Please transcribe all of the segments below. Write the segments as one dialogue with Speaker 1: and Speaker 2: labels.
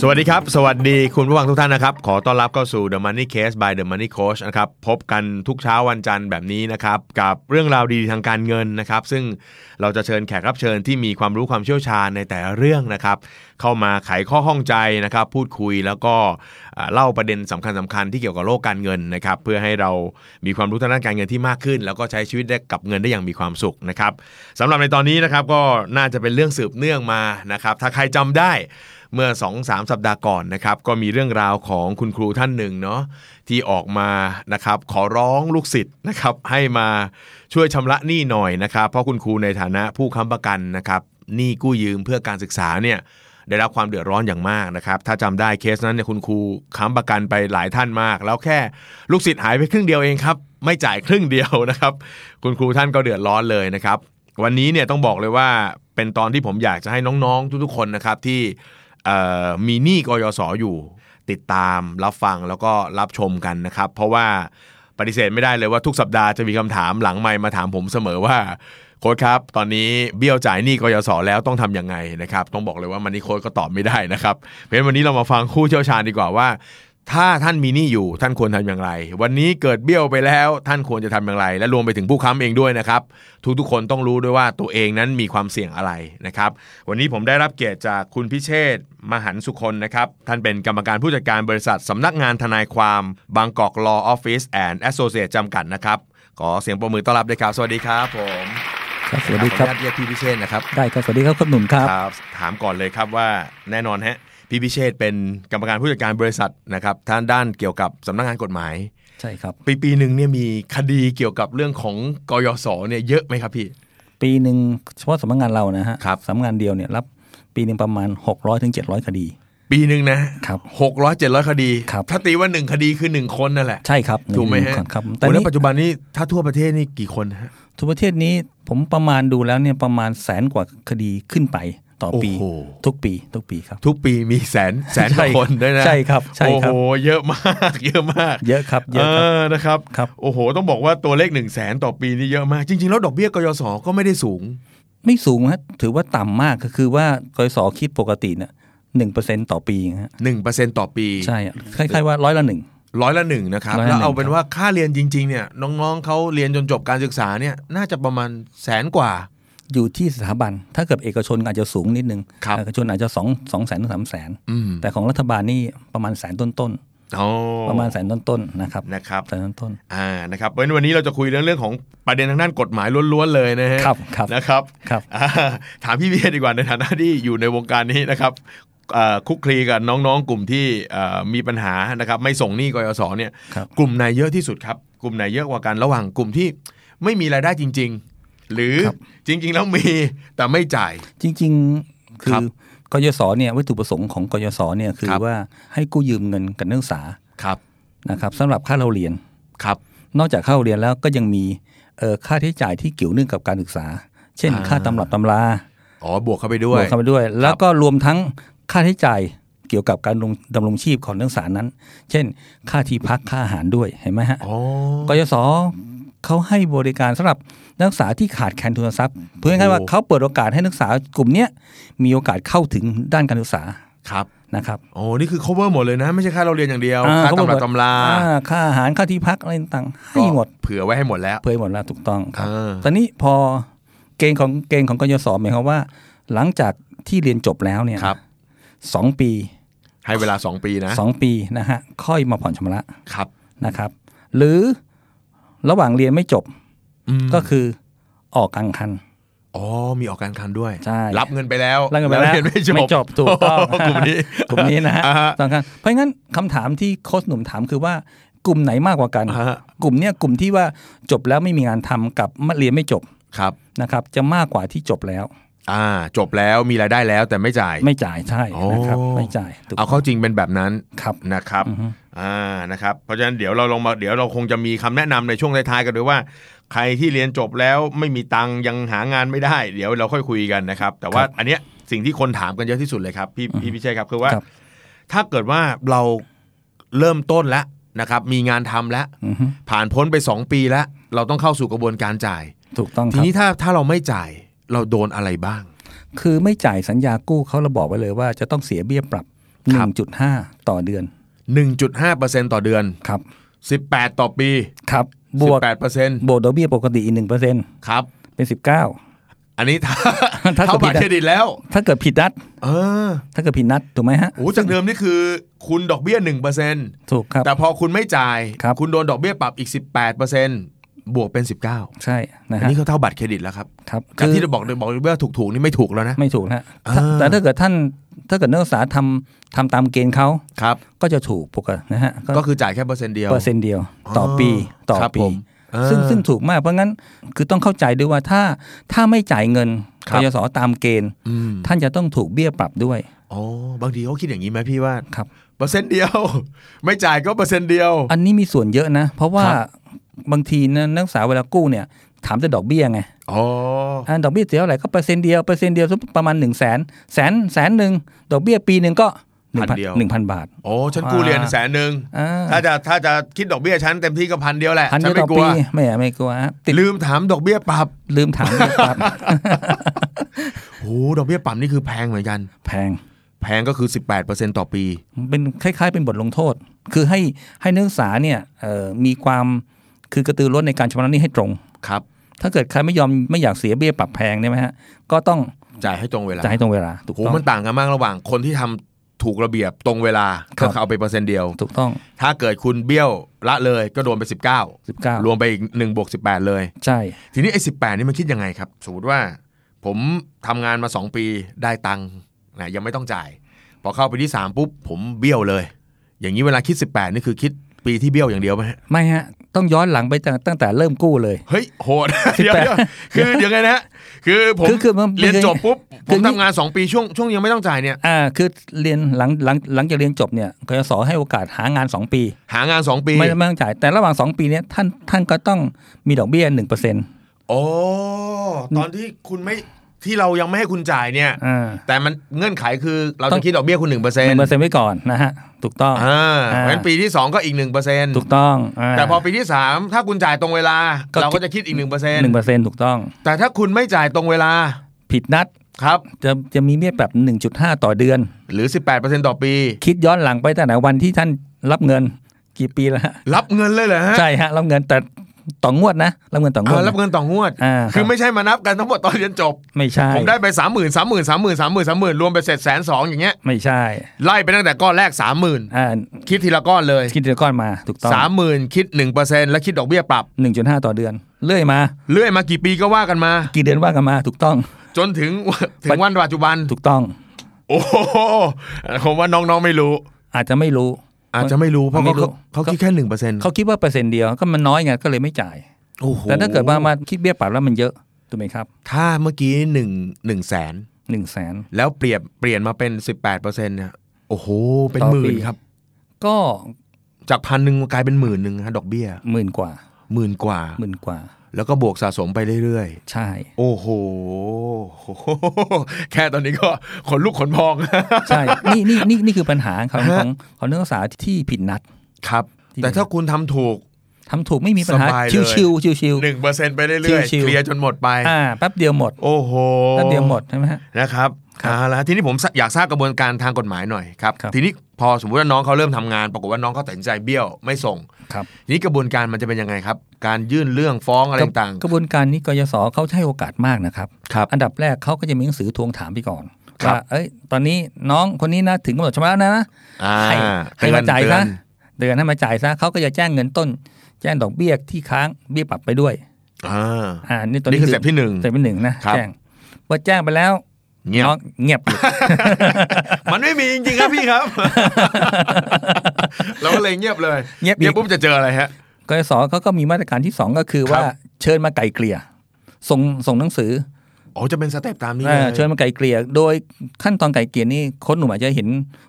Speaker 1: สวัสดีครับ สวัสดีคุณผู้ฟังทุกท่านนะครับ ขอต้อนรับเข้าสู่ The Money Case by The Money Coach นะครับ พบกันทุกเช้าวันจันทร์แบบนี้นะครับ กับเรื่องราวดีๆทางการเงินนะครับ ซึ่งเราจะเชิญแขกรับเชิญที่มีความรู้ความเชี่ยวชาญในแต่ละเรื่องนะครับ เข้ามาไขข้อข้องใจนะครับ พูดคุยแล้วก็อ่าเล่าประเด็นสำคัญสคัญๆที่เกี่ยวกับโลกการเงินนะครับ เพื่อให้เรามีความรู้ทางด้านการเงินที่มากขึ้น แล้วก็ใช้ชีวิตได้กับเงินได้อย่างมีความสุขนะครับสำหรับในตอนนี้นะครับก็น่าจะเป็นเรื่องสืบเนื่องมานะครับ ถ้าใครจำได้ เมื่อ 2-3สามสัปดาห์ก่อนนะครับก็มีเรื่องราวของคุณครูท่านหนึ่งเนาะที่ออกมานะครับขอร้องลูกศิษย์นะครับให้มาช่วยชำระหนี้หน่อยนะครับเพราะคุณครูในฐานะผู้ค้ำประกันนะครับหนี้กู้ยืมเพื่อการศึกษาเนี่ยได้รับความเดือดร้อนอย่างมากนะครับถ้าจำได้เคสนั้นเนี่ยคุณครูค้ำประกันไปหลายท่านมาก แล้วแค่ลูกศิษย์หายไปครึ่งเดียวเองครับไม่จ่ายครึ่งเดียวนะครับคุณครูท่านก็เดือดร้อนเลยนะครับ วันนี้เนี่ยต้องบอกเลยว่าเป็นตอนที่ผมอยากจะให้น้องๆ ทุกๆคนนะครับที่เอ่อมีหนี้กยศอยู่ติดตามรับฟังแล้วก็รับชมกันนะครับ เพราะว่าปฏิเสธไม่ได้เลยว่าทุกสัปดาห์จะมีคำถามหลังไมค์มาถามผมเสมอว่าโค้ดครับ ตอนนี้เบี้ยวจ่ายหนี้กยศแล้วต้องทำยังไงนะครับ ต้องบอกเลยว่ามันนี้โค้ดก็ตอบไม่ได้นะครับเพราะฉะนั้นวันนี้เรามาฟังคู่เชี่ยวชาญดีกว่าว่า ถ้าท่านมีหนี้อยู่ท่านควรทำอย่างไร วันนี้เกิดเบี้ยวไปแล้วท่านควรจะทำอย่างไร และรวมไปถึงผู้ค้ำเองด้วยนะครับ ทุกๆคนต้องรู้ด้วยว่าตัวเองนั้นมีความเสี่ยงอะไรนะครับ วันนี้ผมได้รับเกียรติจากคุณพิเชษฐ์มหันสุคนนะครับ ท่านเป็นกรรมการผู้จัดการบริษัทสำนักงานทนายความ บางกอก Law Office and Associate จำกัดนะครับ ขอเสียงปรบมือต้อนรับด้วยครับ สวัสดีครับผม
Speaker 2: ครับสวัสดีครับ
Speaker 1: ขออนุญาตเรียกพี่พิเชษฐ์นะครับ
Speaker 2: ได้ครับสวัสดีครับคุณหนุ่มครับ
Speaker 1: ครับถามก่อนเลยครับว่าแน่นอนฮะพี่พิเชษเป็นกรรมการผู้จัดการบริษัทนะครับท่านด้านเกี่ยวกับสำนักงานกฎหมาย
Speaker 2: ใช่ครับ
Speaker 1: ปีปีหนึ่งเนี่ยมีคดีเกี่ยวกับเรื่องของกยศเนี่ยเยอะไหมครับพี่
Speaker 2: ปีหนึ่งเฉพาะสำนักงานเรานะฮะ
Speaker 1: ครับ
Speaker 2: สำนักงานเดียวเนี่ยรับปีหนึ่งประมาณ 6 0 0ถึง700 คดี
Speaker 1: ปีหนึ่งนะครับหกร้อยเจ็ดร้อยคดี
Speaker 2: ครับ
Speaker 1: ถ้าตีว่าหนึ่งคดีคือหนึ่งคนนั่นแหละ
Speaker 2: ใช่ครับ
Speaker 1: ถูกไหมฮะ
Speaker 2: นึ่งคนครับแต่
Speaker 1: โอ้แล้ว
Speaker 2: นี่
Speaker 1: ปัจจุบันนี้ถ้าทั่วประเทศนี่กี่คนฮะ
Speaker 2: ทุกประเทศนี้ผมประมาณดูแล้วเนี่ยประมาณแสนกว่าคดีขึ้นไปต่อปี
Speaker 1: โอ้โห
Speaker 2: ทุกปีทุกปีครับ
Speaker 1: ทุกปีมีแสนแสนกว่า
Speaker 2: ใช่
Speaker 1: คนด้วยนะ
Speaker 2: ใช่ครับใช่ครับ
Speaker 1: โอ้โหเยอะมาก เยอะมาก
Speaker 2: เยอะครับเยอะครับ
Speaker 1: เออนะครับ
Speaker 2: ครับ
Speaker 1: โอ้โห ต้องบอกว่าตัวเลข1นึ่งแสนต่อปีนี่เยอะมาก จริง ๆ แล้วดอกเบี้ยกยศก็ไม่ได้สูง
Speaker 2: ไม่สูงฮะถือว่าต่ำมากก็คือว่ากยศคิดปกติเนี่ยหนึ่งเปอร์เซ็นต่อปีฮะ
Speaker 1: 1%ต่อปี
Speaker 2: ใช่อะคล้ายๆว่าร้อยละหนึ่ง
Speaker 1: ร้อยละหนึ่งนะครับ
Speaker 2: ร้อยละหนึ่ง
Speaker 1: แล้วเอาเป็นว่าค่าเรียนจริง ๆ เนี่ย น้องๆเขาเรียนจนจบการศึกษาเนี่ย น่าจะประมาณแสนกว่า
Speaker 2: อยู่ที่สถาบัน ถ้าเกิดเอกชนอาจจะสูงนิดนึง
Speaker 1: ครับ
Speaker 2: เอกชนอาจจะสองสองแสนถึงสามแสน
Speaker 1: อืม
Speaker 2: แต่ของรัฐบาลนี่ประมาณแสนต้น
Speaker 1: โอ้
Speaker 2: ๆ ประมาณแสนต้นๆนะครับ
Speaker 1: นะครับ
Speaker 2: แสนต้น
Speaker 1: อ่า นะครับเพราะฉะนั้นวันนี้เราจะคุยเรื่องเรื่องของประเด็นทางด้านกฎหมายล้วนๆ เลยนะฮะ
Speaker 2: ครับครับ
Speaker 1: นะครับ
Speaker 2: ครับ
Speaker 1: อ่าถามพี่เบียดีกว่าในฐานะที่อยู่ในวงการนี้นะครับเอ่อคลุกคลีกับน้องๆ กลุ่มที่เอ่อมีปัญหานะครับ ไม่ส่งหนี้กยศเนี่ย
Speaker 2: ๆครับ
Speaker 1: กลุ่มไหนเยอะที่สุดครับ กลุ่มไหนเยอะกว่ากันระหว่างกลุ่มที่ไม่มีรายได้จริง ๆ หรือ
Speaker 2: ครับ
Speaker 1: จริง ๆ แล้วมีแต่ไม่จ่าย
Speaker 2: จริงๆ คื
Speaker 1: ครั
Speaker 2: อบ กยศเนี่ยวัตถุประสงค์ของกยศเนี่ยคือ
Speaker 1: ครับ
Speaker 2: ว่าให้กู้ยืมเงินกับนักศึกษา
Speaker 1: ครับ
Speaker 2: นะครับสำหรับค่าเราเรียน
Speaker 1: ครับ
Speaker 2: นอกจากค่าเราเรียนแล้วก็ยังมีเอ่อค่าใช้จ่ายที่เกี่ยวเนื่องกับการศึกษา เช่น
Speaker 1: อ่า
Speaker 2: ค่าตำรับตำรา
Speaker 1: อ๋อบวกเข้าไป
Speaker 2: บ
Speaker 1: ด้วย
Speaker 2: วกเข้าไปด้วย แล้วก็รวมทั้งค่าใช้จ่ายเกี่ยวกับการดำดำรงชีพของนักศึกษานั้น เช่น ค่าที่พักค่าอาหารด้วยเห็นไหมฮะ
Speaker 1: อ๋อก
Speaker 2: ยศเขาให้บริการสำหรับนักศึกษาที่ขาดแคลนทุนทรัพย์เพื่อให้ว่าเขาเปิดโอกาสให้นักศึกษากลุ่มเนี้ยมีโอกาสเข้าถึงด้านการศึกษา
Speaker 1: ครับ
Speaker 2: นะครับ
Speaker 1: โอ้นี่คือ cover หมดเลยนะ ไม่ใช่ค่าเราเรียนอย่างเดียว
Speaker 2: อ่
Speaker 1: ค่า
Speaker 2: เข
Speaker 1: ตำ
Speaker 2: บ
Speaker 1: รา
Speaker 2: อกว่
Speaker 1: ตำรา
Speaker 2: อ่ค่าอาหารค่าที่พักอะไรต่างๆให้หมด
Speaker 1: ก็เผื่อไว้ให้หมดแล้ว
Speaker 2: เผยหมดแล้วถูกต้องครับ
Speaker 1: เออ
Speaker 2: ตอนนี้พอเกณฑ์ของเกณฑ์ของกยศหมายความว่า หลังจากที่เรียนจบแล้วเนี่ย
Speaker 1: ครับ
Speaker 2: สองปี
Speaker 1: ให้เวลา 2 ปีนะ
Speaker 2: สองปีนะฮะค่อยมาผ่อนชำระ
Speaker 1: ครับ
Speaker 2: นะครับ หรือระหว่างเรียนไม่จบ
Speaker 1: อืม
Speaker 2: ก็คือออกกลางคัน
Speaker 1: อ๋อมีออกการคันด้วย
Speaker 2: ใช่
Speaker 1: รับเงินไปแล้ว
Speaker 2: แล้วกันไปแล้ว
Speaker 1: เรียนไม่จบ
Speaker 2: ถูกต้อง
Speaker 1: โกลุ่มนี้
Speaker 2: กลุ่มนี้นะฮะ
Speaker 1: อ่าฮะ
Speaker 2: ต้องการเพราะงั้นคำถามที่โค้ชหนุ่มถามคือว่ากลุ่มไหนมากกว่ากัน
Speaker 1: อ่าฮะ
Speaker 2: กลุ่มเนี้ยกลุ่มที่ว่าจบแล้วไม่มีงานทำกับมาเรียนไม่จบ
Speaker 1: ครับ
Speaker 2: นะครับ จะมากกว่าที่จบแล้ว
Speaker 1: อ่า จบแล้วมีรายได้แล้วแต่ไม่จ่าย
Speaker 2: ไม่จ่ายใช่นะครับ
Speaker 1: โอ้
Speaker 2: ไม่จ่ายถูก
Speaker 1: เอาเข้าจริงเป็นแบบนั้น
Speaker 2: ครับ
Speaker 1: นะครับ อ่านะครับเพราะฉะนั้นเดี๋ยวเราลงมาเดี๋ยวเราคงจะมีคำแนะนำในช่วงท้ายๆกันด้วยว่า ใครที่เรียนจบแล้วไม่มีตังค์ยังหางานไม่ได้ เดี๋ยวเราค่อยคุยกันนะครับ แต่ว่าอันเนี้ยสิ่งที่คนถามกันเยอะที่สุดเลยครับพี่พี่พิเชษครับคือว่า
Speaker 2: ครับ
Speaker 1: ถ้าเกิดว่าเราเริ่มต้นแล้วนะครับ มีงานทำแล้ว
Speaker 2: อือฮึ
Speaker 1: ผ่านพ้นไป 2 ปีแล้ว เราต้องเข้าสู่กระบวนการจ่าย
Speaker 2: ถูกต้องค
Speaker 1: ที
Speaker 2: รับ
Speaker 1: นี้ถ้าถ้าเราไม่จ่ายเราโดนอะไรบ้าง
Speaker 2: คือไม่จ่ายสัญญากู้เขาระบอกไว้เลยว่าจะต้องเสียเบี้ยปรับ
Speaker 1: ครับ
Speaker 2: 1.5 ต่อเดือน
Speaker 1: 1.5%ต่อเดือน
Speaker 2: ครับ
Speaker 1: 18 ต่อปี
Speaker 2: ครับบวก
Speaker 1: 18%
Speaker 2: บวกดอกเบี้ยปกติอีกหนึ่งเปอร์เซ็น
Speaker 1: ครับ
Speaker 2: เป็น 19
Speaker 1: อันนี้ ถ้า
Speaker 2: ถ้า
Speaker 1: เท่าบัตร
Speaker 2: ผิดอะ
Speaker 1: เครดิตแล้ว
Speaker 2: ถ้าเกิดผิดนัด
Speaker 1: เออ
Speaker 2: ถ้าเกิดผิดนัดถูกไหมฮะ
Speaker 1: โอ้จากเดิมนี่คือ คุณดอกเบี้ย1%เปอร์เซ็นต์
Speaker 2: ถูกครับ
Speaker 1: แต่พอคุณไม่จ่าย
Speaker 2: ครับ
Speaker 1: ณโดนดอกเบี้ยปรับอีก 18%บวกเป็น 19อ
Speaker 2: ใช่
Speaker 1: ั
Speaker 2: นะ
Speaker 1: น
Speaker 2: ฮะ
Speaker 1: นี้ก็เท่าบัตรเครดิตแล้วครับ
Speaker 2: ครับ
Speaker 1: การ
Speaker 2: คือ
Speaker 1: ที่เราบอกบอกว่าถูกๆนี่ไม่ถูกแล้วนะ
Speaker 2: ไม่ถูกนะฮะถ้า
Speaker 1: อ่า
Speaker 2: แต่ถ้าเกิดท่านถ้าเกิดนักศึกษาทำทำตามเกณฑ์เขา
Speaker 1: ครับ
Speaker 2: ก็จะถูกปกตินะฮะก็
Speaker 1: ก็คือจ่ายแค่เปอร์เซ็นต์เดียว
Speaker 2: เปอร์เซ็นต์เดียวต่ออ
Speaker 1: อ
Speaker 2: ปีต่อ
Speaker 1: ครับ
Speaker 2: ปี
Speaker 1: ผมอ่า
Speaker 2: ซึ่งซึ่งถูกมากเพราะงั้นคือต้องเข้าใจด้วยว่าถ้าถ้าไม่จ่ายเงิน
Speaker 1: ค
Speaker 2: ก
Speaker 1: รับ
Speaker 2: ยศตามเกณฑ์
Speaker 1: อืม
Speaker 2: ท่านจะต้องถูกเบี้ยปรับด้วย
Speaker 1: อ๋อบางทีเขาคิดอย่างนี้ไหมพี่ว่า
Speaker 2: ครับ
Speaker 1: เปอร์เซ็นต์เดียว ไม่จ่ายก็เปอร์เซ็นต์เดียว
Speaker 2: อันนี้มีส่วนเยอะนะ เพราะว่า
Speaker 1: ครับ
Speaker 2: บางทีนะนักศึกษาเวลากู้เนี่ย ถามแต่ดอกเบี้ยไง
Speaker 1: อ๋อ
Speaker 2: อ่าดอกเบี้ยเสียเท่าไหร่ก็เปอร์เซ็นต์เดียวเปอร์เซ็นต์เดียวสมมุติประมาณ1นึ่งแสนแสนแสนหนึ่งดอกเบี้ยปีหนึ่งก็หนึ่งพันหนึ่งพันบาท
Speaker 1: โอ้ฉันกู้เรียนแสนหนึ่ง
Speaker 2: อ่า
Speaker 1: ถ้าจะถ้าจะคิดดอกเบี้ยฉันเต็มที่ก็พันเดียวแหละ
Speaker 2: พัน
Speaker 1: ฉันไม่
Speaker 2: เดียวต่อก
Speaker 1: ลั
Speaker 2: ปี
Speaker 1: ว
Speaker 2: ไม่อะไม่กลัวฮะติด
Speaker 1: ลืมถามดอกเบี้ยปรับ
Speaker 2: ลืมถามเลย ครับ
Speaker 1: โอ้ดอกเบี้ยปรับนี่คือแพงเหมือนกัน
Speaker 2: แพง
Speaker 1: แพงก็คือ 18%ต่อปี
Speaker 2: เป็นคล้าย ๆ เป็นบทลงโทษ คือให้ให้นักศึกษาเนี่ยเอ่อมีความคือกระตือรือร้นในการชำระหนี้ให้ตรง
Speaker 1: ครับ
Speaker 2: ถ้าเกิดใครไม่ยอมไม่อยากเสียเบี้ยปรับแพงเนี่ยไหมฮะก็ต้อง
Speaker 1: จ่ายให้ตรงเวลา
Speaker 2: จ่ายให้ตรงเวลาถูก
Speaker 1: โห
Speaker 2: ต้อง
Speaker 1: มันต่างกันมากระหว่างคนที่ทำถูกระเบียบตรงเวลา
Speaker 2: ครั
Speaker 1: ก็
Speaker 2: บ
Speaker 1: เอาไปเปอร์เซ็นต์เดียว
Speaker 2: ถูกต้อง
Speaker 1: ถ้าเกิดคุณเบี้ยวละเลยก็โดนไป 19
Speaker 2: 19
Speaker 1: รวมไปอีก1บวก18 เลย
Speaker 2: ใช่
Speaker 1: ทีนี้ไอ้18 นี่มันคิดยังไงครับ สมมติว่า ผมทำงานมา 2 ปีได้ตังค์นะยังไม่ต้องจ่าย พอเข้าไปที่ 3 ปุ๊บ ผมเบี้ยวเลย อย่างนี้เวลาคิด 18 นี่คือคิดปีที่เบี้ยวอย่างเดียวไหมฮะ
Speaker 2: ไม่ฮะ ต้องย้อนหลังไปตั้งตั้งแต่เริ่มกู้เลย
Speaker 1: เฮ้ยโหด เดี๋ยวเดี๋ยวคือยังไงนะฮะคือผม
Speaker 2: คือคือมัน
Speaker 1: เรียนจบปุ๊บ
Speaker 2: คื
Speaker 1: ผ
Speaker 2: อ
Speaker 1: ม
Speaker 2: นี่
Speaker 1: ทำงาน 2 ปีช่วงช่วงยังไม่ต้องจ่ายเนี่ย
Speaker 2: อ่าคือเรียนหลังหลังหลังจากเรียนจบเนี่ยกยศให้โอกาสหางาน 2 ปี
Speaker 1: หางาน 2 ปี
Speaker 2: ไม่ไม่ต้องจ่าย แต่ระหว่าง 2 ปีเนี้ยท่านท่านก็ต้องมีดอกเบี้ย1%
Speaker 1: โอ้ตอนที่คุณไม่ที่เรายังไม่ให้คุณจ่ายเนี่ย
Speaker 2: อ่า
Speaker 1: แต่มันเงื่อนไขคือเรา
Speaker 2: ต้
Speaker 1: จะ
Speaker 2: อง
Speaker 1: คิดดอกเบี้ยคุณ1%นึ่งเปอร์เซ็น
Speaker 2: หนึ่
Speaker 1: ต์
Speaker 2: งเปอร์เซ็นต์ไว้ก่อนนะฮะ ถูกต้อง
Speaker 1: อ่าเพราะ
Speaker 2: อ่า
Speaker 1: ฉะนั้นปีที่ 2 ก็อีก 1%
Speaker 2: ถูกต้องา
Speaker 1: แต่พอปีที่ 3 ถ้าคุณจ่ายตรงเวลา
Speaker 2: ก็
Speaker 1: เราก็จะคิดอีก
Speaker 2: หนึ่
Speaker 1: 1%
Speaker 2: งเปอร์เซ็นต์ถูกต้อง
Speaker 1: แต่ถ้าคุณไม่จ่ายตรงเวลา
Speaker 2: ผิดนัด
Speaker 1: ครับ
Speaker 2: จะจะมีเบี้ยปรับ1.5 ต่อเดือน
Speaker 1: หรือ 18%ต่อปี
Speaker 2: คิดย้อนหลังไปตั้งแต่วันที่ท่านรับเงินกี่ปีแล้วฮะ
Speaker 1: รับเงินเลยเหรอฮะ
Speaker 2: ใช่ฮะรับเงินแต่ต่องวดนะรับเงินต่องวด
Speaker 1: อ่า
Speaker 2: นะ
Speaker 1: รับเงินต่องวด
Speaker 2: อ่า
Speaker 1: คื
Speaker 2: คืออไม่
Speaker 1: ไม่ใช่มานับกันทั้งหมดตอนเรียนจบ
Speaker 2: ไม่ใช่
Speaker 1: ผมได้ไปสามหมื่นสามหมื่นสามหมื่นสามหมื่นสามหมื่นรวมไปเสร็จแสนสองอย่างเงี้ย
Speaker 2: ไม่ใช่
Speaker 1: ไล่ไปตั้งแต่ก้อนแรกสามหมื่น
Speaker 2: อ่า
Speaker 1: คิดทีละก้อนเลย
Speaker 2: คิดเดือนก้อนมาถูกต้อง
Speaker 1: สามหมื่นคิดหนึ่งเปอร์เซ็นแล้วคิดดอกเบี้ยปรับ
Speaker 2: หนึ่งจุดห้าต่อเดือน เรื่อยมา
Speaker 1: เลื่อยมากี่ปีก็ว่ากันมา
Speaker 2: กี่เดือนว่ากันมาถูกต้อง
Speaker 1: จนถึง ถึงวันปัจจุบัน
Speaker 2: ถูกต้อง
Speaker 1: โอ้โหผมว่าน้องๆไม่รู้
Speaker 2: อาจจะไม่รู้
Speaker 1: อาจจะไม่รู้เพราะ
Speaker 2: ไม่
Speaker 1: เขา
Speaker 2: รู้
Speaker 1: เขาคิดแค่หนึ่งเปอร์เซ็นต์
Speaker 2: เขาคิดว่าเปอร์เซ็นต์เดียวก็มันน้อยไงก็เลยไม่จ่าย
Speaker 1: โอ้โห
Speaker 2: แต่ถ้าเกิดว่ามาคิดเบี้ยปรับแล้วมันเยอะถูกไหมครับ
Speaker 1: ถ้าเมื่อกี้หนึ่งหนึ่งแสน
Speaker 2: หนึ่งแสน
Speaker 1: แล้วเปลี่ยนเปลี่ยนมาเป็นสิบแปดเปอร์เซ็นต์เนี่ยโอ้โหเป็น
Speaker 2: ต่อ
Speaker 1: ห
Speaker 2: ปี
Speaker 1: มื่นครับ
Speaker 2: ก็
Speaker 1: จากพันหนึ่งกลายเป็นหมื่นหนึ่งฮะดอกเบี้ย
Speaker 2: หมื่นกว่า
Speaker 1: หมื่นกว่า
Speaker 2: หมื่นกว่า
Speaker 1: แล้วก็บวกสะสมไปเรื่อยๆ
Speaker 2: ใช่
Speaker 1: โอ้โห แค่ตอนนี้ก็ขนลุกขนพอง
Speaker 2: ใช่นี่นี่นี่นี่คือปัญหาของของของนักศึกษาที่ผิดนัด
Speaker 1: ครับ
Speaker 2: ที่
Speaker 1: แต่ถ้าคุณทำถูก
Speaker 2: ทำถูกไม่มีปัญหา
Speaker 1: สบายเลย
Speaker 2: ชิวชิวชิวชิว
Speaker 1: 1%เปอร์เซ็นไปเรื่อยๆ
Speaker 2: ชิวๆ
Speaker 1: เคลียร์จนหมดไป
Speaker 2: ๆอ่าแป๊บเดียวหมด
Speaker 1: โอ้โห
Speaker 2: แป๊บเดียวหมดใช่ไหมฮะ
Speaker 1: นะครับ
Speaker 2: ครับ
Speaker 1: เอาละทีนี้ผมอยากทราบกระบวนการทางกฎหมายหน่อยครับ
Speaker 2: ครับ
Speaker 1: ทีนี้พอสมมติว่าน้องเขาเริ่มทำงาน ปรากฏว่าน้องเขาตัดสินใจเบี้ยวไม่ส่ง
Speaker 2: ครับ
Speaker 1: ทีนี้กระบวนการมันจะเป็นยังไงครับ การยื่นเรื่องฟ้องอะไรต่าง
Speaker 2: กระบวนการนี้กยศเขาให้โอกาสมากนะครับ
Speaker 1: ครับ
Speaker 2: อันดับแรกเขาก็จะมีหนังสือทวงถามไปก่อน
Speaker 1: ครับ
Speaker 2: ว่าเอ้ย ตอนนี้น้องคนนี้นะถึงกำหนดชำระแล้วนะ
Speaker 1: ๆอ่า
Speaker 2: ให้ให้มาจ่าย
Speaker 1: เตื
Speaker 2: ซะ
Speaker 1: อน
Speaker 2: เดือนให้มาจ่ายซะเขาก็จะแจ้งเงินต้น แจ้งดอกเบี้ยที่ค้างเบี้ยปรับไปด้วย
Speaker 1: อ่า
Speaker 2: อ่านี่ตอน
Speaker 1: นี่
Speaker 2: นี้
Speaker 1: คือสเต็ปที่หนึ่ง
Speaker 2: เสร็จเป็นหนึ่งนะครับ แจ้งพอแจ้งไปแล้ว
Speaker 1: เงียบ
Speaker 2: น้องเงียบ
Speaker 1: มันไม่มีจริงๆครับพี่ครับ เราก็เลยเงียบเลย
Speaker 2: เงียบอีก
Speaker 1: เงียบปุ๊บจะเจออะไรฮะ
Speaker 2: กยศเขาก็มีมาตรการที่สองก็คือ
Speaker 1: ครับ
Speaker 2: ว่าเชิญมาไกลเกลี่ยส่งส่งหนังสือ
Speaker 1: อ๋อจะเป็นสเต็ปตามนี้
Speaker 2: เอ
Speaker 1: เล
Speaker 2: อย เชิญมาไกลเกลี่ยโดยขั้นตอนไกลเกลี่ยนี่โค้ชหนุ่มอาจจะเห็น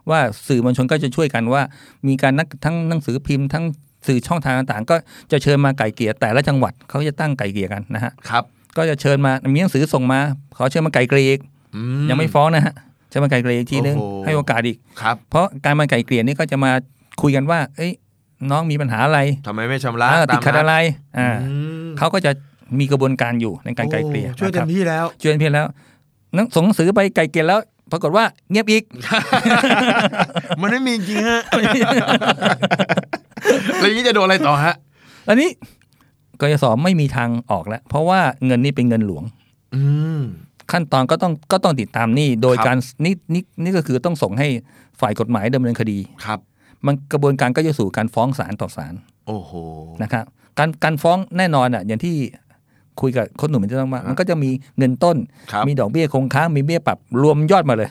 Speaker 2: ว่าสื่อมวลชนก็จะช่วยกันว่า มีการนักทั้งหนังสือพิมพ์ทั้งสื่อช่องทางต่างๆ ก็จะเชิญมาไกลเกลี่ยแต่ละจังหวัดเขาจะตั้งไกลเกลี่ยกันนะฮะ
Speaker 1: ครับ
Speaker 2: ก็จะเชิญมามีหนังสือส่งมาขอเชิญมาไกลเกลี่ยอีก
Speaker 1: อื
Speaker 2: ยังไม่ฟ้องนะฮะเชิญมาไกลเกลี่ยอีกทีนึง
Speaker 1: โอ้โห
Speaker 2: ให้โอกาสอีก
Speaker 1: ครับ
Speaker 2: เพราะการมาไกลเกลี่ยนี่ก็จะมาคุยกันว่า เอ้ยน้องมีปัญหาอะไร
Speaker 1: ทำไมไม่ชำระ
Speaker 2: อ่าติดขัด
Speaker 1: ตาม
Speaker 2: อะ
Speaker 1: นั
Speaker 2: ไรอ่า
Speaker 1: อืม
Speaker 2: เขาก็จะมีกระบวนการอยู่ในการไกลเกลี่ย
Speaker 1: โอ้ช่วย
Speaker 2: นะค
Speaker 1: เต็
Speaker 2: รับ
Speaker 1: มที่แล้ว
Speaker 2: ชวนเพียนแล้วหนังส่งหนังสือไปไกลเกลียแล้ว ปรากฏว่าเงียบอีก
Speaker 1: มันไม่มีจริงฮะ แล้วอย่างนี้จะโดนอะไรต่อฮะ
Speaker 2: อันนี้กยศไม่มีทางออกแล้ว เพราะว่าเงินนี้เป็นเงินหลวง
Speaker 1: อืม
Speaker 2: ขั้นตอนก็ต้องก็ต้องติดตามหนี่โดย
Speaker 1: ครับ
Speaker 2: การนี่นี่นี่ก็คือต้องส่งให้ฝ่ายกฎหมายดำเนินคดี
Speaker 1: ครับ
Speaker 2: มันกระบวนการก็จะสู่การฟ้องศาลต่อศาล
Speaker 1: โอ้โห
Speaker 2: นะครับการการฟ้องแน่นอนอ่ะอย่างที่คุยกับคนหนุ่มที่ต้องมามันก็จะมีเงินต้น
Speaker 1: ครับ
Speaker 2: มีดอกเบี้ยคงค้างมีเบี้ยปรับรวมยอดมาเลย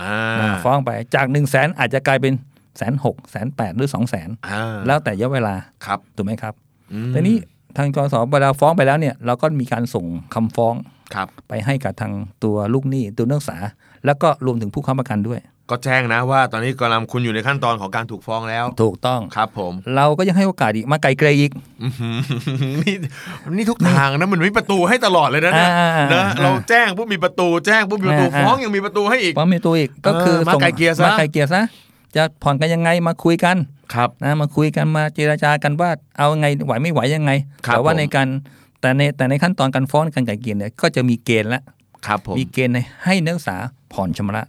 Speaker 1: อ่า
Speaker 2: ฟ้องไปจากหนึ่งแสนอาจจะกลายเป็นแสนหกแสนแปดหรือสองแสน
Speaker 1: อ่า
Speaker 2: แล้วแต่ระยะเวลา
Speaker 1: ครับ
Speaker 2: ถูกไหมครับ
Speaker 1: อืม
Speaker 2: แต่นี้ทางกสเวลาฟ้องไปแล้วเนี่ย เราก็มีการส่งคำฟ้อง
Speaker 1: ครับ
Speaker 2: ไปให้กับทางตัวลูกหนี้ตัวนักศึกษา แล้วก็รวมถึงผู้ค้ำประกันด้วย
Speaker 1: ก็แจ้งนะว่าตอนนี้กำลังคุณอยู่ในขั้นตอนของการถูกฟ้องแล้ว
Speaker 2: ถูกต้อง
Speaker 1: ครับผม
Speaker 2: เราก็ยังให้โอกาสอีกมาไกลเกลียอีก
Speaker 1: อื้อหือนี่นี่ทุกทางนะมันมีประตูให้ตลอดเลยนะนะ
Speaker 2: อ่าอ่า
Speaker 1: นะ
Speaker 2: อ่า
Speaker 1: เราแจ้งปุ๊บมีประตู แจ้งปุ๊บมีประตู
Speaker 2: อ่าอ่า
Speaker 1: ฟ้องยังมีประตูให้อีก
Speaker 2: ว่ามีตัวอีกก็คือ
Speaker 1: เออมา
Speaker 2: ส่ง
Speaker 1: ไกลเกลี่ยซะ
Speaker 2: มาไกลเกลียซะจะผ่อนกันยังไงมาคุยกัน
Speaker 1: ครับ
Speaker 2: นะมาคุยกันมาเจรจากันว่าเอาไงไหวไม่ไหวยังไง
Speaker 1: ครับ
Speaker 2: แต่ว่า
Speaker 1: ผม
Speaker 2: ในการแต่ในแต่ในขั้นตอนการฟ้องการไกลเกลียเนี่ยก็จะมีเกณฑ์ละ
Speaker 1: ครับผม
Speaker 2: มีเกณฑ์ให้นักศึกษาผ่อนชำระ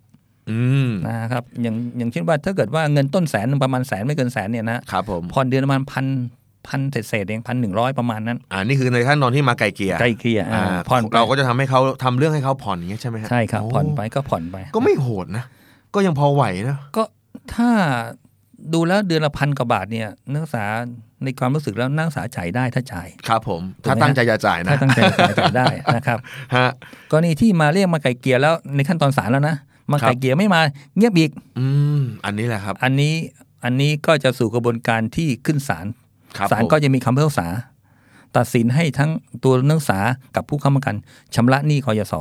Speaker 1: อืม
Speaker 2: นะครับอย่างอย่างเช่นว่าถ้าเกิดว่าเงินต้นแสนหนึ่งประมาณแสนไม่เกินแสนเนี่ยนะครับ
Speaker 1: ผม
Speaker 2: ผ่อนเดือนประมาณพันพันเศษเศษๆเองพันหนึ่งร้อยประมาณนั้น
Speaker 1: อ่านี่คือในขั้นตอนที่มาไกลเกลีย
Speaker 2: ใกล้เกลี่ยอ่า
Speaker 1: อ่า
Speaker 2: ผ่อนไป
Speaker 1: เราก็จะทำให้เขาทำเรื่องให้เขาผ่อนอย่างเงี้ยใช่ไหมฮะ
Speaker 2: ใช่ครับ
Speaker 1: โ
Speaker 2: ผ่อนไปก็ผ่อนไป
Speaker 1: ก็ไม่โหดนะ ก็ยังพอไหวนะ
Speaker 2: ก็ถ้าดูแล้วเดือนละพันกว่าบาทเนี่ยนักศึกษาในความรู้สึกแล้วนักศึกษาจ่ายได้ถ้าจ่าย
Speaker 1: ครับผม
Speaker 2: ถูกไหม
Speaker 1: ถ้าตั้งใจจะจ่ายนะ
Speaker 2: ถ้าตั้งใจจ่ายจ่ายได้ นะครับ
Speaker 1: ฮะ
Speaker 2: กรณีที่มาเรียกมาไกลเกลี่ยแล้วในขั้นตอนศาลแล้วนะมา
Speaker 1: ครับ
Speaker 2: ไกลเกลี่ยไม่มาเงียบอีก
Speaker 1: อืม อันนี้แหละครับ
Speaker 2: อันนี้อันนี้ก็จะสู่กระบวนการที่ขึ้นศาล
Speaker 1: ครับ
Speaker 2: ศาล
Speaker 1: ผม
Speaker 2: ก็จะมีคำพิพากษา ตัดสินให้ทั้งตัวนักศึกษากับผู้ค้ำประกันชำระหนี้กยศ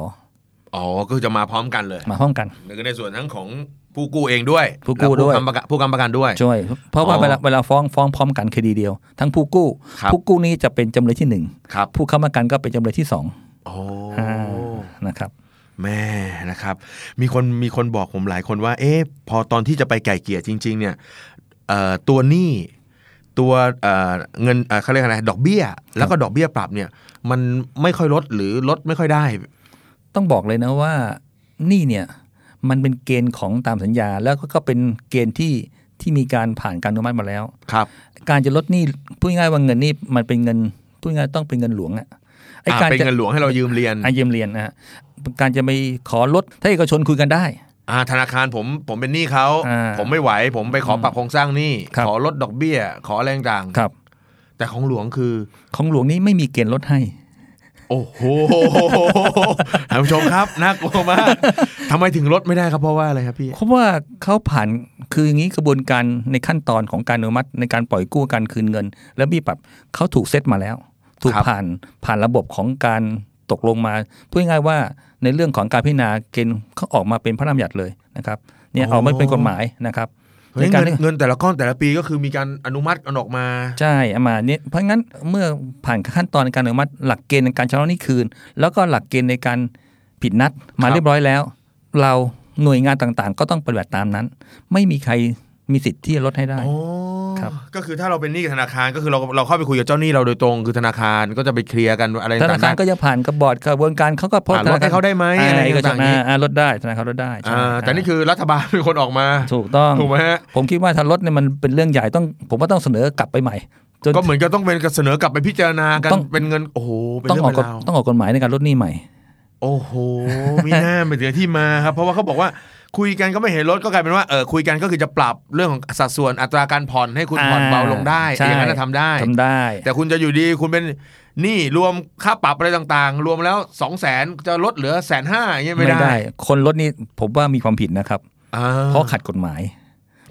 Speaker 1: อ๋อก็จะมาพร้อมกันเลย
Speaker 2: มาพร้อมกัน
Speaker 1: คือในส่วนทั้งของผู้กู้เองด้วย
Speaker 2: ผู้กู้ด้วย
Speaker 1: และผู้ค้ำประกันผู้กำประกันด้วย
Speaker 2: ช่วยเพราะว่า
Speaker 1: อ๋อ
Speaker 2: เวลาเวลาฟ้องฟ้องพร้อมกันคดีเดียว ทั้งผู้กู้
Speaker 1: ครับ
Speaker 2: ผู้กู้นี้จะเป็นจำเลยที่หนึ่ง
Speaker 1: ครับ
Speaker 2: ผู้ค้ำประกันก็เป็นจำเลยที่สอง
Speaker 1: โอ้
Speaker 2: อ่านะครับ
Speaker 1: แม่นะครับ มีคนมีคนบอกผมหลายคนว่า เอ๊ะพอตอนที่จะไปไก่เกลี่ยจริง ๆ เนี่ยเอ่อตัวหนี้ตัวเอ่อเงินเอ่อเขาเรียกอะไรดอกเบี้ย แล้วก็ดอกเบี้ยปรับเนี่ย มันไม่ค่อยลดหรือลดไม่ค่อยได้
Speaker 2: ต้องบอกเลยนะว่าหนี่เนี่ยมันเป็นเกณฑ์ของตามสัญญา แล้วก็ก็เป็นเกณฑ์ที่ที่มีการผ่านการอนุมัติมาแล้ว
Speaker 1: ครับ
Speaker 2: การจะลดหนี้พูดง่ายๆว่าเงินนี่มันเป็นเงินพูดง่ายๆต้องเป็นเงินหลวงอะไอ้
Speaker 1: อ่ะ
Speaker 2: การ
Speaker 1: เป็น
Speaker 2: จะ
Speaker 1: เงินหลวงให้เรายืมเรียน
Speaker 2: อาเยี่ยมเรียนนะฮะการจะไปขอลดถ้าเอกชนคุยกันได้
Speaker 1: อ่าธนาคารผมผมเป็นหนี้เขา
Speaker 2: อ่า
Speaker 1: ผมไม่ไหว ผมไปขอปรับโครงสร้างหนี้
Speaker 2: ครับ
Speaker 1: ขอลดดอกเบี้ย ขอแรงต่าง
Speaker 2: ครับ
Speaker 1: แต่ของหลวงคือ
Speaker 2: ของหลวงนี้ไม่มีเกณฑ์ลดให้
Speaker 1: โอ้โหท่านผู้ชมครับ น่ากลัวมากทำไมถึงลดไม่ได้ครับเพราะว่าอะไรครับพี่
Speaker 2: เพราะว่าเขาผ่านคืออย่างนี้กระบวนการในขั้นตอนของการอนุมัติในการปล่อยกู้การคืนเงิน และบี้ปรับเขาถูกเซตมาแล้ว ถูก
Speaker 1: ครับ
Speaker 2: ผ่านผ่านระบบของการตกลงมาพูดง่ายๆว่าในเรื่องของการพิจารณาเกณฑ์เขาออกมาเป็นพระราชบัญญัติเลยนะครับเนี่ยออกมาเป็นกฎหมายนะครับ
Speaker 1: เฮ้ย
Speaker 2: การ
Speaker 1: เงินเงินแต่ละก้อนแต่ละปีก็คือมีการอนุมัติกันออกมา
Speaker 2: ใช่เอามาเนี่ยเพราะงั้นเมื่อผ่านขั้นตอนการอนุมัติหลักเกณฑ์ในการชำระหนี้คืน แล้วก็หลักเกณฑ์ในการผิดนัดมา
Speaker 1: ครับ
Speaker 2: เรียบร้อยแล้ว เราหน่วยงานต่างๆ ก็ต้องปฏิบัติตามนั้น ไม่มีใครมีสิทธิ์ที่จะลดให้ได้
Speaker 1: อ๋อ
Speaker 2: ครับ
Speaker 1: ก็คือถ้าเราเป็นหนี้กับธนาคารก็คือเราเราเข้าไปคุยกับเจ้าหนี้เราโดยตรง คือธนาคารก็จะไปเคลียร์กันอะไร
Speaker 2: ธ
Speaker 1: ต่างๆ
Speaker 2: นาคารก็จะผ่านกระบวนกระบวนการเขาก็พ้น
Speaker 1: อ่าลดให้เขาได้ไหมอะไร
Speaker 2: ก็จะ
Speaker 1: ต่างๆนี้
Speaker 2: อ่าลดได้ธนาคารลดได้ใช่
Speaker 1: อ่าแต่นี่คือรัฐบาลเป็นคนออกมา
Speaker 2: ถูกต้อง
Speaker 1: ถูกไหมฮะ
Speaker 2: ผมคิดว่าถ้าลดเนี่ยมันเป็นเรื่องใหญ่ต้อง ผมว่าต้องเสนอกลับไปใหม่ จน
Speaker 1: ก็เหมือนกับต้องเป็นเสนอกลับไปพิจารณากัน
Speaker 2: ต้อง
Speaker 1: เป็นเงินโอ้โหเป็น
Speaker 2: ต้อง
Speaker 1: เรื่อ
Speaker 2: ออง ก
Speaker 1: เป็
Speaker 2: ก
Speaker 1: นรา
Speaker 2: ฎ
Speaker 1: ว
Speaker 2: ต้องออกกฎหมายในการลดหนี้ใหม่
Speaker 1: โอ้โหมีหน้าเป็นเดือที่มาครับ เพราะว่าเขาบอกว่าคุยกันก็ไม่เห็นลดก็กลายเป็นว่าเออคุยกันก็คือจะปรับเรื่องของสัดส่วนอัตราการผ่อนให้คุณ
Speaker 2: อ่า
Speaker 1: ผ่อนเบาลงได้
Speaker 2: ใช่
Speaker 1: อย่างนั้นนะทำได้
Speaker 2: ทำได้
Speaker 1: แต่คุณจะอยู่ดีคุณเป็นหนี้รวมค่าปรับอะไรต่างๆ รวมแล้วสองแสนจะลดเหลือแสนห้าอย่างเงี้ยไม่ได้
Speaker 2: คนลดนี่ผมว่ามีความผิดนะครับ
Speaker 1: อ่า
Speaker 2: เพราะขัดกฎหมาย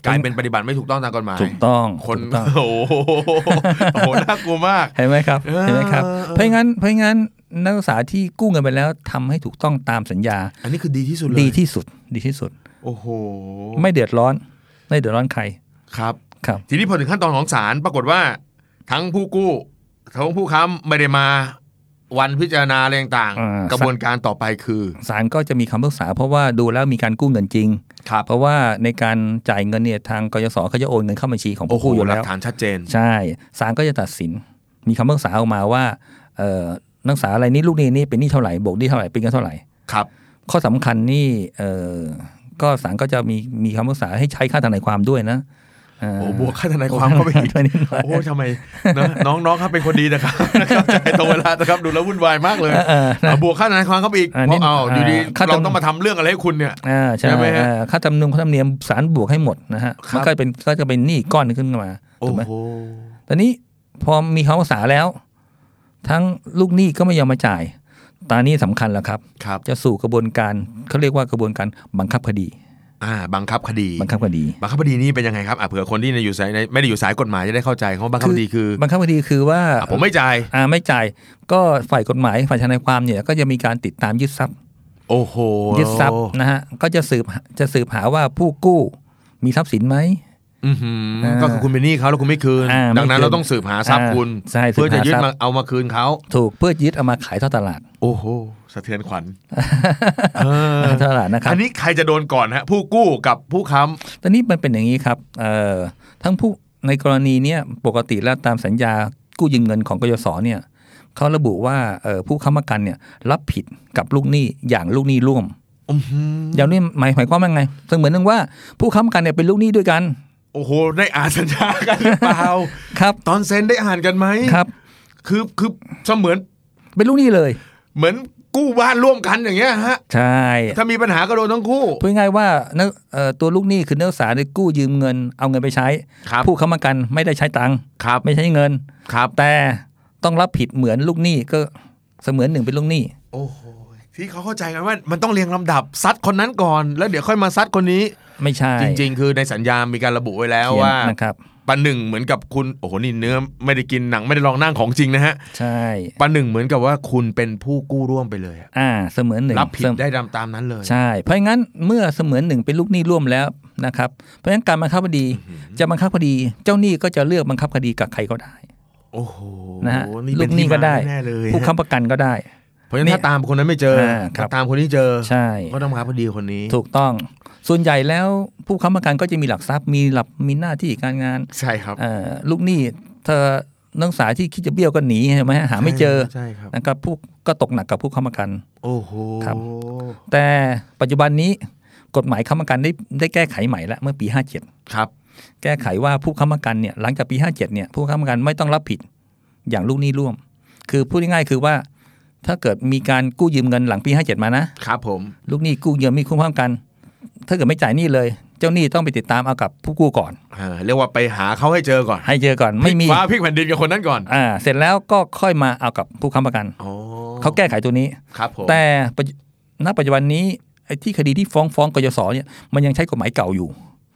Speaker 1: กลายเป็นปฏิบัติไม่ถูกต้องตามกฎหมาย
Speaker 2: ถูกต้อง
Speaker 1: คน
Speaker 2: ถูกต้อง
Speaker 1: โอ้โหโอ้โหน่ากลัวมาก
Speaker 2: เห็นไหมครับ
Speaker 1: เออ
Speaker 2: เห็นไหมครับ
Speaker 1: เออ
Speaker 2: เพราะงั้นเพราะงั้น นักศึกษาที่กู้เงินไปแล้วทำให้ถูกต้องตามสัญญา
Speaker 1: อันนี้คือดีที่สุดเลย
Speaker 2: ดีที่สุดดีที่สุด
Speaker 1: โอ้โห
Speaker 2: ไม่เดือดร้อน ไม่เดือดร้อนใคร
Speaker 1: ครับ
Speaker 2: ครับ
Speaker 1: ทีนี้พอถึงขั้นตอนของศาลปรากฏว่า ทั้งผู้กู้ทั้งผู้ค้ำไม่ได้มาวันพิจารณาอะไรต่าง
Speaker 2: อ่า
Speaker 1: ๆกระบวนการต่อไปคือ
Speaker 2: ศาลก็จะมีคำพิพากษา เพราะว่าดูแล้วมีการกู้เงินจริง
Speaker 1: ครับ
Speaker 2: เพราะว่าในการจ่ายเงินเนี่ยทางกยศเขาจะโอนเงินเข้าบัญชีของ
Speaker 1: โอ้
Speaker 2: ผู้
Speaker 1: โห
Speaker 2: กู้อยู่
Speaker 1: หลั
Speaker 2: แล้
Speaker 1: ก
Speaker 2: ว
Speaker 1: ฐานชัดเจน
Speaker 2: ใช่ศาลก็จะตัดสิน มีคำพิพากษาออกมาว่าเอ่อนักศึกษาอะไรายนี้ลูกหนี้นี่เป็นหนี้เท่าไหร่บวกหนี้เท่าไหร่เป็นเงินเท่าไหร่
Speaker 1: ครับ
Speaker 2: ข้อสำคัญนี่เอ่อก็ศาลก็จะมีมีคำพิพากษาให้ใช้ค่าทนายความด้วยนะเ
Speaker 1: โอ้บวกค่าทนายความเข้าไปอีก
Speaker 2: โอ้นิดหน่อย
Speaker 1: โอ้ทำไม นะน้องๆครับเป็นคนดีนะครับนะครับจ่ายตรงเวลานะครับดูแล้ววุ่นวายมากเลย
Speaker 2: เออเออ
Speaker 1: เอาบวกค่าทนายความเข้าไปอีก
Speaker 2: อ่า
Speaker 1: เพ
Speaker 2: นิ
Speaker 1: ราะ
Speaker 2: ด
Speaker 1: เอาอยู่ดี
Speaker 2: อ่าค่า
Speaker 1: เรา
Speaker 2: ตำ
Speaker 1: ต้องมาทำเรื่องอะไรให้คุณเนี่ย
Speaker 2: อ่าใช่
Speaker 1: ใช่ไหมฮะ
Speaker 2: อ่าค่าธรรมเนียมค่าธรรมเนียมสารบวกให้หมดนะฮะ
Speaker 1: ครับ
Speaker 2: มันก็เป็นก็จะเป็นหนี้ก้อนหนึงขึ้นมา
Speaker 1: โอ้
Speaker 2: ถูกไหม
Speaker 1: โห
Speaker 2: ตอนนี้พอมีคำพิพากษาแล้ว ทั้งลูกหนี้ก็ไม่ยอมมาจ่าย ตอนนี้สำคัญแล้วครับ
Speaker 1: ครับ
Speaker 2: จะสู่กระบวนการเขาเรียกว่ากระบวนการบังคับคดี
Speaker 1: อ่าบังคับคดี
Speaker 2: บังคับคดี
Speaker 1: บังคับคดีนี่เป็นยังไงครับอ่ะเผื่อคนที่ในอยู่สายในไม่ได้อยู่สายกฎหมายจะได้เข้าใจเขาบังคับคดีคือ
Speaker 2: บังคับคดีคือว่า
Speaker 1: อ่ะผมไม่จ่าย
Speaker 2: อ่าไม่จ่ายก็ฝ่ายกฎหมายฝ่ายทนายความเนี่ย ก็จะมีการติดตามยึดทรัพย์
Speaker 1: โอ้โห
Speaker 2: ยึดทรัพย์นะฮะก็จะสืบจะสืบหาว่าผู้กู้มีทรัพย์สินไหม
Speaker 1: อื้อหืออา ก็คือคุณเป็นหนี้เขาแล้วคุณไม่คืน
Speaker 2: อ่า
Speaker 1: ดังนั้น
Speaker 2: ไม่คืน
Speaker 1: เราต้องสืบหาทรัพย์
Speaker 2: อ่า
Speaker 1: คุณ
Speaker 2: ใช่สืบหา
Speaker 1: เพื่อจะยึด
Speaker 2: ทรัพย์
Speaker 1: มาเอามาคืนเขา
Speaker 2: ถูกเพื่อยึดเอามาขายท่อตลาด
Speaker 1: โอ้โหสะเทือนขวั ญเออ
Speaker 2: ท่อตลาดนะครับ
Speaker 1: อันนี้ใครจะโดนก่อนฮะ ผู้กู้กับผู้ค้ำ
Speaker 2: ตอนนี้มันเป็นอย่างนี้ครับเอ่อทั้งผู้ในกรณีเนี้ยปกติแล้วตามสัญญากู้ยืมเงินของกยศเนี่ยเขาระบุว่าเอ่อผู้ค้ำประกันเนี่ยรับผิดกับลูกหนี้อย่างลูกหนี้ร่วมอย่างนี้หมายหมายความว่าไงเสมือนนึงว่าผู้ค้ำประกันเนี่ยเป็นลูกหนี้ด้วยกัน
Speaker 1: โอ้โห ได้อ่านสัญญากันหรือเปล่า
Speaker 2: ครับ
Speaker 1: ตอนเซ็นได้อ่านกันไหม
Speaker 2: ครับ
Speaker 1: คือคือเสมือน
Speaker 2: เป็นลูกหนี้เลย
Speaker 1: เหมือนกู้บ้านร่วมกันอย่างเงี้ยฮะ
Speaker 2: ใช่
Speaker 1: ถ้ามีปัญหาก็โดนทั้งคู่
Speaker 2: พูดง่ายๆว่านักเอ่อตัวลูกหนี้คือนักศึกษาได้กู้ยืมเงินเอาเงินไปใช้
Speaker 1: ครับ
Speaker 2: ผู้ค้ำประกันไม่ได้ใช้ตังค์
Speaker 1: ครับ
Speaker 2: ไม่ใช้เงิน
Speaker 1: ครับ
Speaker 2: แต่ต้องรับผิดเหมือนลูกหนี้ก็เสมือนหนึ่งเป็นลูกหนี้
Speaker 1: โอ้โห ที่เขาเข้าใจกันว่ามันต้องเรียงลำดับซัดคนนั้นก่อน แล้วเดี๋ยวค่อยมาซัดคนนี้
Speaker 2: ไม่ใช่
Speaker 1: จริง ๆ คือในสัญญามีการระบุไว้แล้ว
Speaker 2: เขียน
Speaker 1: ว่า
Speaker 2: นะครับ
Speaker 1: ปันหนึ่งเหมือนกับคุณโอ้โหนี่เนื้อไม่ได้กินหนังไม่ได้ลองนั่งของจริงนะฮะ
Speaker 2: ใช่
Speaker 1: ปันหนึ่งเหมือนกับว่าคุณเป็นผู้กู้ร่วมไปเลยอะ
Speaker 2: อ่าเสมือนหนึ่ง
Speaker 1: รับผิด
Speaker 2: เสม
Speaker 1: ได้ตามตามนั้นเลย
Speaker 2: ใช่ เพราะงั้นเมื่อเสมือนหนึ่งเป็นลูกหนี้ร่วมแล้วนะครับ เพราะงั้นการบังคับคดีจะบังคับคดี เจ้าหนี้ก็จะเลือกบังคับคดีกับใครก็ได้
Speaker 1: โอ้โห
Speaker 2: นะฮะ
Speaker 1: นี่
Speaker 2: ลู
Speaker 1: เป็
Speaker 2: กหนี้ก็ได้
Speaker 1: ที่มาแน่เลย
Speaker 2: ผู้ค้ำประกันก็ได้
Speaker 1: เพราะฉะนั้นถ้าตามคนนั้นไม่เจออา
Speaker 2: ครับ
Speaker 1: ตามคนที่เจอ
Speaker 2: ใช่
Speaker 1: ก็ต้องมาพอดีคนนี้
Speaker 2: ถูกต้อง ส่วนใหญ่แล้วผู้ค้ำประกันก็จะมีหลักทรัพย์มีหลับมีหน้าที่การงาน
Speaker 1: ใช่ครับ
Speaker 2: เอ่อลูกหนี้เธอนักศึกษาที่คิดจะเบี้ยวก็หนีใช่ไหมหาไม่เจอ
Speaker 1: ใช่ครับ
Speaker 2: นะครับผู้ก็ตกหนักกับผู้ค้ำประกัน
Speaker 1: โอ้โห
Speaker 2: ครับ แต่ปัจจุบันนี้กฎหมายค้ำประกันได้ได้แก้ไขใหม่แล้วเมื่อปี
Speaker 1: ครับ
Speaker 2: 57 แก้ไขว่าผู้ค้ำประกันเนี่ยหลังจากปี 57เนี่ยผู้ค้ำประกันไม่ต้องรับผิดอย่างลูกหนี้ร่วม คือพูดง่ายๆคือว่า ถ้าเกิดมีการกู้ยืมเงินหลังปี 57 มานะครับ
Speaker 1: ผม
Speaker 2: ลูกหนี้กู้ยืมมีคุ้มครองกัน ถ้าเกิดไม่จ่ายหนี้เลย เจ้าหนี้ต้องไปติดตามเอากับผู้กู้ก่อน
Speaker 1: อ่าเรียกว่าไปหาเขาให้เจอก่อน
Speaker 2: ให้เจอก่อนไม่มี
Speaker 1: ฟ้าพลิกแผ่นดินกับคนนั้นก่อน
Speaker 2: อ่าเสร็จแล้วก็ค่อยมาเอากับผู้ค้ำประกัน
Speaker 1: อ๋อ
Speaker 2: เขาแก้ไขตัวนี้
Speaker 1: ครับผม
Speaker 2: แต่ปัจจุณปัจจุบันนี้ไอ้ที่คดีที่ฟ้องฟ้องกยศเนี่ยมันยังใช้กฎหมายเก่าอยู่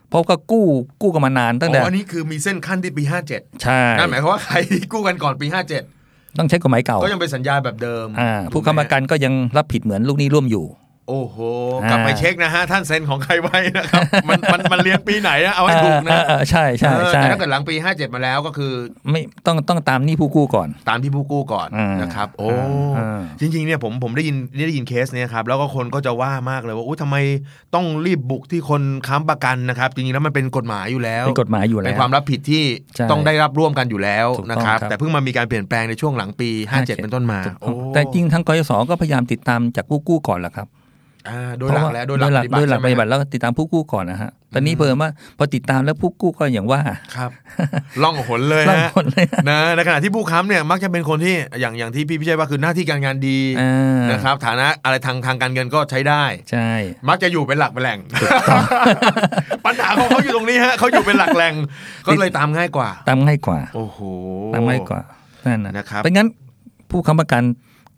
Speaker 2: เพราะก็กู้กู้กันมานานตั้งแต่
Speaker 1: อ๋ออันนี้คือมีเส้นขั้นที่ปี57
Speaker 2: ใช่
Speaker 1: นั่นหมายความว่าใครที่กู้กันก่อนปี 57
Speaker 2: ต้องใช้กฎหมายเก่า
Speaker 1: ก็ยังเป็นสัญญาแบบเดิม
Speaker 2: อ่าผู้
Speaker 1: ถูไห
Speaker 2: ค้ำประกันก็ยังรับผิดเหมือนลูกหนี้ร่วมอยู่
Speaker 1: โอ้โห
Speaker 2: อ่าก ก
Speaker 1: ลับไปเช็คนะฮะ ท่านเซ็นของใครไว้นะครับ มันมันมันเลี้ยงปีไหนอะเอาให้ถูกนะ
Speaker 2: เออเออเออใช่ใช่
Speaker 1: เออ
Speaker 2: ใช่
Speaker 1: แต่ถ้าเกิดหลังปี 57 มาแล้วก็คือ
Speaker 2: ไม่ต้องต้องตามหนี้ผู้กู้ก่อน
Speaker 1: ตามที่ผู้กู้ก่อน
Speaker 2: อ่าน
Speaker 1: นะครับ โอ้
Speaker 2: อ่า
Speaker 1: จริงๆเนี่ยผมผมได้ยินได้ยินเคสเนี่ยครับ แล้วก็คนก็จะว่ามากเลยว่าอุ้ยทำไมต้องรีบบุกที่คนค้ำประกันนะครับ จริงๆแล้วมันเป็นกฎหมายอยู่แล้ว
Speaker 2: เป็นกฎหมายอยู่
Speaker 1: เป็น
Speaker 2: แล้ว
Speaker 1: ความรับผิดที่
Speaker 2: ใช่
Speaker 1: ต้องได้รับร่วมกันอยู่แล้ว
Speaker 2: ถูกต้อง
Speaker 1: นะครับ
Speaker 2: ครับ
Speaker 1: แต่เพิ่งมามีการเปลี่ยนแปลงในช่วงหลังปี 57 เป็นต้นมาโอ้
Speaker 2: แต่จริงทางกยศก็พยายามติดตามจากผู้กู้ก่อนแหละครับ
Speaker 1: อ่าโดยหลักแล้วโดยหลัก
Speaker 2: โดยหลักป
Speaker 1: ใช่
Speaker 2: ฏิ
Speaker 1: ไม
Speaker 2: บัติแล้วก็ติดตามผู้กู้ก่อนนะฮะตอนนี้เพิ่มว่าพอติดตามแล้วผู้กู้ก็อย่างว่า
Speaker 1: ครับล่องหนเลย
Speaker 2: บาง
Speaker 1: ฮะ
Speaker 2: คนเลยอะ
Speaker 1: นะในขณะที่ผู้ค้ำเนี่ยมักจะเป็นคนที่อย่างอย่างที่พี่พิชัยว่าคือหน้าที่การงานดี
Speaker 2: อ่า
Speaker 1: นะครับ ฐานะอะไรทางทางการเงินก็ใช้ได้
Speaker 2: ใช่
Speaker 1: มักจะอยู่เป็นหลักเป็นแหล่ง ปัญหาของเขาอยู่ตรงนี้ฮะเขาอยู่เป็นหลักแหล่งก็เลยตามง่ายกว่า
Speaker 2: ตามง่ายกว่า
Speaker 1: โอ้โห
Speaker 2: ตามง่ายกว่านั่นนะ
Speaker 1: นะครับ
Speaker 2: เพราะงั้นผู้ค้ำประกัน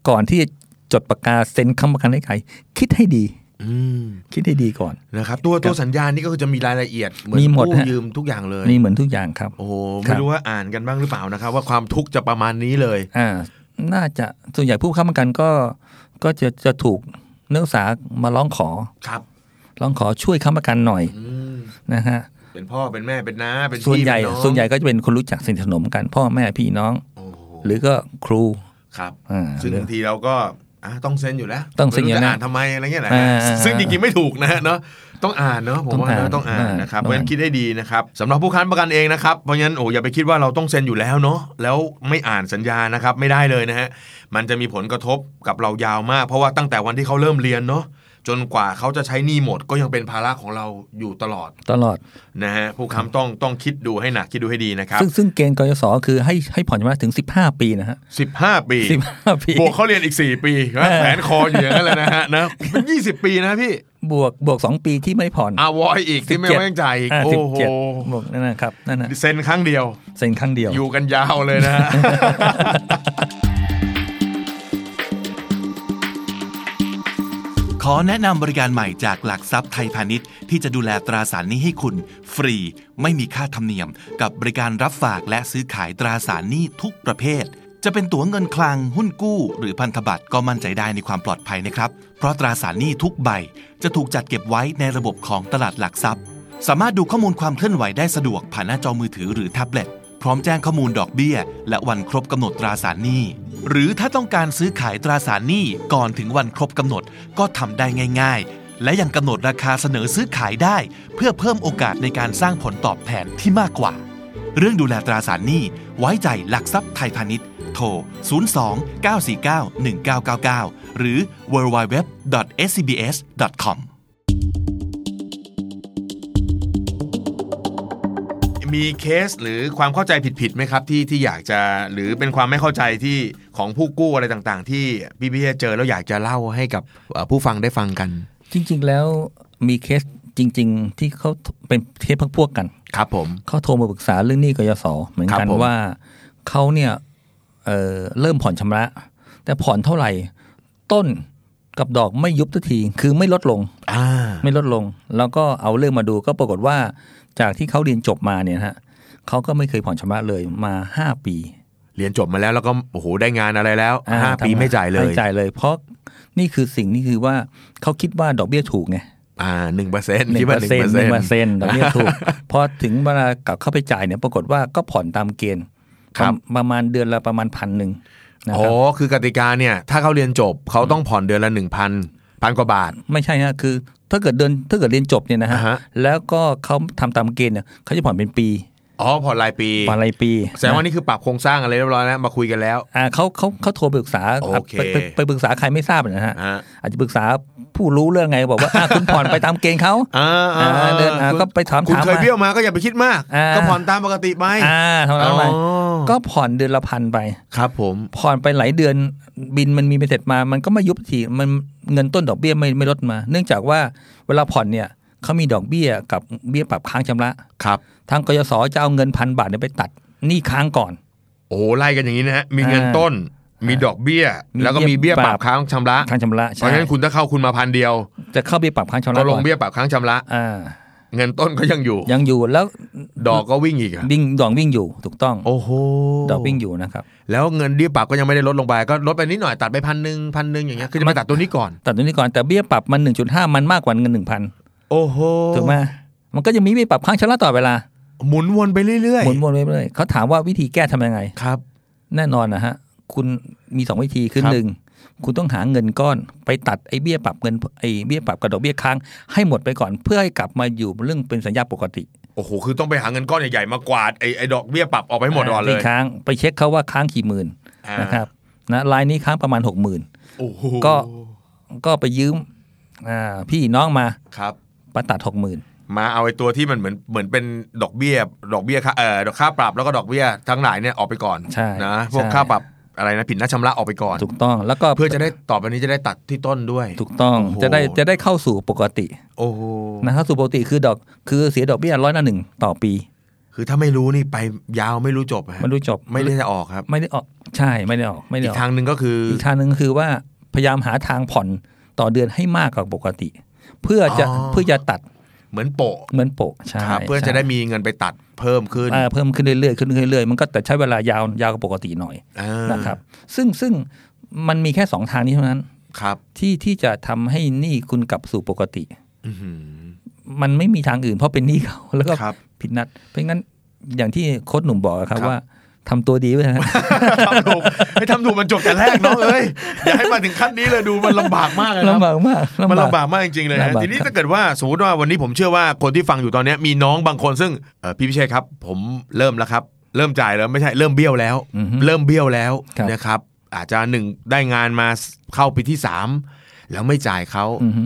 Speaker 2: ก่อนที่จะจดปากกาเซ็นค้ำประกันให้ใคร คิดให้ดี
Speaker 1: อืม
Speaker 2: คิดให้ดีก่อน
Speaker 1: นะครับ ตัวตัวสัญญานี่ก็คือจะมีรายละเอียดเหมือน
Speaker 2: มีหมด
Speaker 1: กู้
Speaker 2: ฮะ
Speaker 1: ยืมทุกอย่างเลย
Speaker 2: นี่เหมือนทุกอย่างครับ
Speaker 1: โอ้โห
Speaker 2: ครั
Speaker 1: ไม่
Speaker 2: บ
Speaker 1: รู้ว่าอ่านกันบ้างหรือเปล่านะครับ ว่าความทุกข์จะประมาณนี้เลย
Speaker 2: อ่า น่าจะส่วนใหญ่ผู้ค้ำประกันก็ก็จะจะถูกนักศึกษามาร้องขอ
Speaker 1: ครับ
Speaker 2: ร้องขอช่วยค้ำประกันหน่อย
Speaker 1: อืม
Speaker 2: นะฮะ
Speaker 1: เป็นพ่อเป็นแม่เป็นน้าเป็น
Speaker 2: ส่วน
Speaker 1: พี่
Speaker 2: ใหญ่
Speaker 1: เป็อง
Speaker 2: ส่วนใหญ่ก็จะเป็นคนรู้จักสนิทสนมกัน พ่อแม่พี่น้อง
Speaker 1: โอ้โห
Speaker 2: หรือก็ครู
Speaker 1: ครับ
Speaker 2: อ่า
Speaker 1: ซึ่ง
Speaker 2: หรือ
Speaker 1: บางทีเราก็อ่ะต้องเซ็นอยู่แล้ว
Speaker 2: ต้องเซ็นอยู่
Speaker 1: ไม่
Speaker 2: แล้ว
Speaker 1: รู้จะอ่านทำไมอะไรเงี้ยนะฮะ
Speaker 2: อ่า
Speaker 1: ซึ่งจริงๆไม่ถูกนะฮะเนาะต้องอ่านเนาะผมว่า
Speaker 2: ต้องอ่าน
Speaker 1: เนอะต้องอ่าน
Speaker 2: อ่าน
Speaker 1: นะครับเพ
Speaker 2: ต้องอ่าน
Speaker 1: ราะฉะนั้นคิดให้ดีนะครับสำหรับผู้ค้ำประกันเองนะครับเพราะฉะนั้นโอ้อย่าไปคิดว่าเราต้องเซ็นอยู่แล้วเนาะแล้วไม่อ่านสัญญานะครับไม่ได้เลยนะฮะมันจะมีผลกระทบกับเรายาวมาก เพราะว่าตั้งแต่วันที่เขาเริ่มเรียนเนาะจนกว่าเขาจะใช้หนี้หมดก็ยังเป็นภาระของเราอยู่ตลอด
Speaker 2: ตลอด
Speaker 1: นะฮะผู้ค้ำต้องต้องคิดดูให้หนักคิดดูให้ดีนะครั
Speaker 2: ซึ่งซึ่งเกณฑ์กยศคือให้ให้ผ่อนชำระถึง 15 ปีนะฮะ
Speaker 1: บ 15 ปี
Speaker 2: 15 ปี
Speaker 1: บวกเขาเรียนอีก 4 ปีนะแผนคออยู่อย่างนั้นเลยนะฮะนะเป็นยี่สิบปีนะพี่
Speaker 2: บวกบวก 2 ปีที่ไม่ผ่อน
Speaker 1: อาวอยอีกที่ไม่
Speaker 2: 17
Speaker 1: ไว้วางใจอีก
Speaker 2: า
Speaker 1: โอ้โห
Speaker 2: 17บวกนั่นนะครับนั่นนะ
Speaker 1: เซ็นครั้งเดียว
Speaker 2: เซ็นครั้งเดียว
Speaker 1: อยู่กันยาวเลยนะฮะ
Speaker 3: ขอแนะนำบริการใหม่จากหลักทรัพย์ไทยพาณิชย์ ที่จะดูแลตราสารหนี้ให้คุณ ฟรี ไม่มีค่าธรรมเนียม กับบริการรับฝากและซื้อขายตราสารหนี้ทุกประเภท จะเป็นตั๋วเงินคลัง หุ้นกู้ หรือพันธบัตรก็มั่นใจได้ในความปลอดภัยนะครับ เพราะตราสารหนี้ทุกใบ จะถูกจัดเก็บไว้ในระบบของตลาดหลักทรัพย์ สามารถดูข้อมูลความเคลื่อนไหวได้สะดวกผ่านหน้าจอมือถือหรือแท็บเล็ต พร้อมแจ้งข้อมูลดอกเบี้ย และวันครบกำหนดตราสารหนี้ หรือถ้าต้องการซื้อขายตราสารหนี้ก่อนถึงวันครบกำหนดก็ทำได้ง่าย ๆ และยังกำหนดราคาเสนอซื้อขายได้ เพื่อเพิ่มโอกาสในการสร้างผลตอบแทนที่มากกว่า เรื่องดูแลตราสารหนี้ไว้ใจหลักทรัพย์ไทยพาณิชย์ โทร 02 949 1999 หรือ www.scbs.com
Speaker 1: มีเคสหรือความเข้าใจผิดๆไหมครับที่ที่อยากจะหรือเป็นความไม่เข้าใจที่ของผู้กู้อะไรต่างๆ ที่พี่พี่เจอแล้วอยากจะเล่าให้กับเอ่อผู้ฟังได้ฟังกัน
Speaker 2: จริง ๆ แล้วมีเคสจริง ๆ ที่เขาเป็นเคสพวกๆกัน
Speaker 1: ครับผม
Speaker 2: เขาโทรมาปรึกษาเรื่องหนี้กยศเหมือน
Speaker 1: ครั
Speaker 2: กัน
Speaker 1: บผม
Speaker 2: ว่าเขาเนี่ยเอ่อเริ่มผ่อนชำระ แต่ผ่อนเท่าไหร่ ต้นกับดอกไม่ยุบทันที คือไม่ลดลง
Speaker 1: อ่า
Speaker 2: ไม่ลดลง แล้วก็เอาเรื่องมาดูก็ปรากฏว่าจากที่เขาเรียนจบมาเนี่ยนะฮะเขาก็ไม่เคยผ่อนชำระเลยมาห้าปี
Speaker 1: เรียนจบมาแล้วแล้วก็โอ้โหได้งานอะไรแล้ว
Speaker 2: อ่
Speaker 1: ห้า
Speaker 2: ทำ
Speaker 1: ปีไม่จ่ายเลย
Speaker 2: ไม่จ่ายเลย เพราะนี่คือสิ่งนี่คือว่าเขาคิดว่าดอกเบี้ยถูกไง
Speaker 1: อ่าหนึ่งเปอร์เซ็นต์
Speaker 2: หนึ่
Speaker 1: คิด
Speaker 2: งเป
Speaker 1: ว่า
Speaker 2: อ
Speaker 1: ห
Speaker 2: ร์
Speaker 1: นึ่ง
Speaker 2: เซ็น
Speaker 1: เปอร์เซ็นต์
Speaker 2: ต์หนึ่งเปอร์เซ็นต์ดอกเบี้ยถู ก พอถึงเวลากลับเข้าไปจ่ายเนี่ยปรากฏว่าก็ผ่อนตามเกณฑ์
Speaker 1: ครับ
Speaker 2: ประมาณเดือนละประมาณพันหนึ่งนะค
Speaker 1: อ๋
Speaker 2: รั
Speaker 1: อบ คือกติกาเนี่ย ถ้าเขาเรียนจบเขาต้องผ่อนเดือนละหนึ่งพันพันกว่าบาท
Speaker 2: ไม่ใช่ฮะคือ ถ้าเกิดเดือนถ้าเกิดเรียนจบเนี่ยนะฮะ
Speaker 1: อ่าฮะ
Speaker 2: แล้วก็เขาทำตามเกณฑ์เนี่ยเขาจะผ่อนเป็นปี
Speaker 1: อ๋อผ่อนรายปี
Speaker 2: ผ่อนรายปี
Speaker 1: แสดงว่านี่คือปรับโครงสร้างอะไรเรียบร้อยแล้วมาคุยกันแล้ว
Speaker 2: อ่าเขาเขาเขาโทรไปปรึกษา
Speaker 1: โอเค
Speaker 2: ไปไปไปปรึกษาใครไม่ทราบนะฮะ
Speaker 1: ฮะ
Speaker 2: อาจจะปรึกษาผู้รู้เรื่องไงบอกว่าอ่ะคุณผ่อนไปตามเกณฑ์เขา
Speaker 1: อ่า
Speaker 2: อ่าเดินอ่า
Speaker 1: คุณ
Speaker 2: ก็ไปถาม
Speaker 1: คุณ
Speaker 2: ถาม
Speaker 1: เคย
Speaker 2: มา
Speaker 1: เบี้ยวมาก็อย่าไปคิดมาก
Speaker 2: อ่า
Speaker 1: ก็ผ่อนตามปกติไป
Speaker 2: อ่าทำอะไรไป
Speaker 1: อ๋อ
Speaker 2: ก็ผ่อนเดือนละพันไป
Speaker 1: ครับผม
Speaker 2: ผ่อนไปหลายเดือนบินมันมีไปเสร็จมา มันก็ไม่ยุบทีมันเงินต้นดอกเบี้ยไม่ไม่ลดมา เนื่องจากว่าเวลาผ่อนเนี่ยเขามีดอกเบี้ยกับเบี้ยปรับค้างชำระ
Speaker 1: ครับ
Speaker 2: ทางกยศจะเอาเงินพันบาทเนี่ยไปตัดหนี้ค้างก่อน
Speaker 1: โอ้โหไล่กันอย่างนี้นะฮะมีเงิน
Speaker 2: อ่า
Speaker 1: ต้น มีดอกเบี้ย
Speaker 2: มี
Speaker 1: แล้วก็มีเบี้ยปรับ
Speaker 2: เบี้ยปรับ
Speaker 1: ค้างชำระ
Speaker 2: ค้างชำระ
Speaker 1: เพ
Speaker 2: ใช่
Speaker 1: ราะฉะนั้นคุณถ้าเข้าคุณมาพันเดียว
Speaker 2: จะเข้าเบี้ยปรับค้างชำ
Speaker 1: ก็
Speaker 2: ระ
Speaker 1: ล
Speaker 2: ก่
Speaker 1: ง
Speaker 2: อน
Speaker 1: เบี้ยปรับค้างชำระ
Speaker 2: อ่า
Speaker 1: เงินต้นก็ยังอยู่
Speaker 2: ยังอยู่แล้ว
Speaker 1: ดอกก็วิ่งอีกอะ
Speaker 2: วิ่งดอกวิ่งอยู่ถูกต้อง
Speaker 1: โอ้โห
Speaker 2: ดอกวิ่งอยู่นะครับ
Speaker 1: แล้วเงินเบี้ยปรับก็ยังไม่ได้ลดลงไปก็ลดไปนิดหน่อยตัดไปพันหนึ่งพันหนึ่งอย่างเงี้ยคือจะมาตัดตัวนี้ก่อน
Speaker 2: ตัดตรงนี้ก่อนแต่เบี้ยปรับมัน 1.5 มันมากกว่าเงิน1,000
Speaker 1: โอ้โห
Speaker 2: ถูกไหมมันก็ยังมีเบี้ยปรับค้างชำระต่อเวลา
Speaker 1: หมุนวนไปเรื่อย
Speaker 2: หมุนวนไปเรื่อยเขาถามว่าวิธีแก้ทำยังไง
Speaker 1: ๆครับ
Speaker 2: แน่นอนนะฮะ คุณมีสองวิธีคือ
Speaker 1: ครับ
Speaker 2: หนึ่งคุณต้องหาเงินก้อน ไปตัดไอ้เบี้ยปรับเงินไอ้เบี้ยปรับกระดอกเบี้ยค้างให้หมดไปก่อนเพื่อให้กลับมาอยู่เรื่องเป็นสัญญาปกติ
Speaker 1: โอ้โหคือต้องไปหาเงินก้อนใหญ่ๆมากวาดไอ้ไอ้ดอกเบี้ยปรับออกไปให้หมดก่อนเล
Speaker 2: ที่
Speaker 1: ย
Speaker 2: ค้างไปเช็คเขาว่าค้างกี่หมื่น
Speaker 1: อ่า
Speaker 2: นะครับนะรายนี้ค้างประมาณหกหมื่น
Speaker 1: โอ้โห
Speaker 2: ก็ ก็ไปยืมอ่าพี่น้องมา
Speaker 1: ครับ
Speaker 2: มาตัดหกหมื่น
Speaker 1: มาเอาไอ้ตัวที่มันเหมือนเหมือนเป็นดอกเบี้ยดอกเบี้ยค่าเอ่อดอกค่าปรับแล้วก็ดอกเบี้ยทั้งหลายเนี่ยออกไปก่อน
Speaker 2: ใช่
Speaker 1: นะพวก
Speaker 2: ใช่
Speaker 1: ค่าปรับอะไรนะผิดนัดชำระออกไปก่อน
Speaker 2: ถูกต้องแล้วก็
Speaker 1: เพื่อจะได้ต่อไปนี้จะได้ตัดที่ต้นด้วย
Speaker 2: ถูกต้อง
Speaker 1: โอ้โห
Speaker 2: จะได้จะได้เข้าสู่ปกติ
Speaker 1: โอ้โห
Speaker 2: นะเข้าสู่ปกติคือดอกคือเสียดอกเบี้ยร้อยละหนึ่งต่อปี
Speaker 1: คือถ้าไม่รู้นี่ไปยาวไม่รู้จบฮะ
Speaker 2: ไม่รู้จบ
Speaker 1: ไม่ได้จะออกครับ
Speaker 2: ไม่ได้ออกใช่ไม่ได้ออกไม่ได้
Speaker 1: อี
Speaker 2: ออก
Speaker 1: กทางหนึ่งก็คืออ
Speaker 2: อีกทางหนึ่งคือว่าพยายามหาทางผ่อนต่อเดือนให้มากกว่าปกติ เพื่อจะ
Speaker 1: อ๋อ
Speaker 2: เพื่อจะตัด
Speaker 1: เหมือนโปะ
Speaker 2: เหมือนโปะใช่
Speaker 1: ครับเพื่อจะได้มีเงินไปตัดเพิ่มขึ้น
Speaker 2: อ่าเพิ่มขึ้นเรื่อยๆขึ้นเรื่อยๆมันก็แต่ใช้เวลายาวยาวกว่าปกติหน่อย
Speaker 1: อ่า
Speaker 2: นะครับ ซึ่งซึ่งมันมีแค่สองทางนี้เท่านั้น
Speaker 1: ครับ
Speaker 2: ที่ที่จะทำให้หนี้คุณกลับสู่ปกติ
Speaker 1: อื้อหือ
Speaker 2: มันไม่มีทางอื่นเพราะเป็นหนี้เขา แล้วก็
Speaker 1: ครับ
Speaker 2: ผิดนัด เพราะงั้นอย่างที่โค้ชหนุ่มบอกอะครับ
Speaker 1: ครับ
Speaker 2: ว่าทำตัวดีไว้นะ
Speaker 1: ทำถูกให้ทำถูกมันจบแต่แรกเนาะเอ้ยอย่าให้มาถึงขั้นนี้เลยดูมันลำบากมาก เลยครับ
Speaker 2: ลำบากมาก
Speaker 1: มัน
Speaker 2: ลำ
Speaker 1: ลำ
Speaker 2: บา
Speaker 1: บาก กมากจริงๆเลย
Speaker 2: ลำ
Speaker 1: นะ
Speaker 2: บาก
Speaker 1: ทีนี้
Speaker 2: ครับ
Speaker 1: ถ้าเกิดว่าสมมติว่าวันนี้ผมเชื่อว่าคนที่ฟังอยู่ตอนเนี้ยมีน้องบางคนซึ่งเอ่อพี่พิเชษครับ ผมเริ่มแล้วครับ เริ่มจ่ายแล้วไม่ใช่เริ่มเบี้ยวแล้ว
Speaker 2: อือฮึ
Speaker 1: เริ่มเบี้ยวแล้ว
Speaker 2: ครับ
Speaker 1: นะครับ อาจจะหนึ่งได้งานมาเข้าปีที่สามแล้วไม่จ่ายเขา
Speaker 2: อือฮึ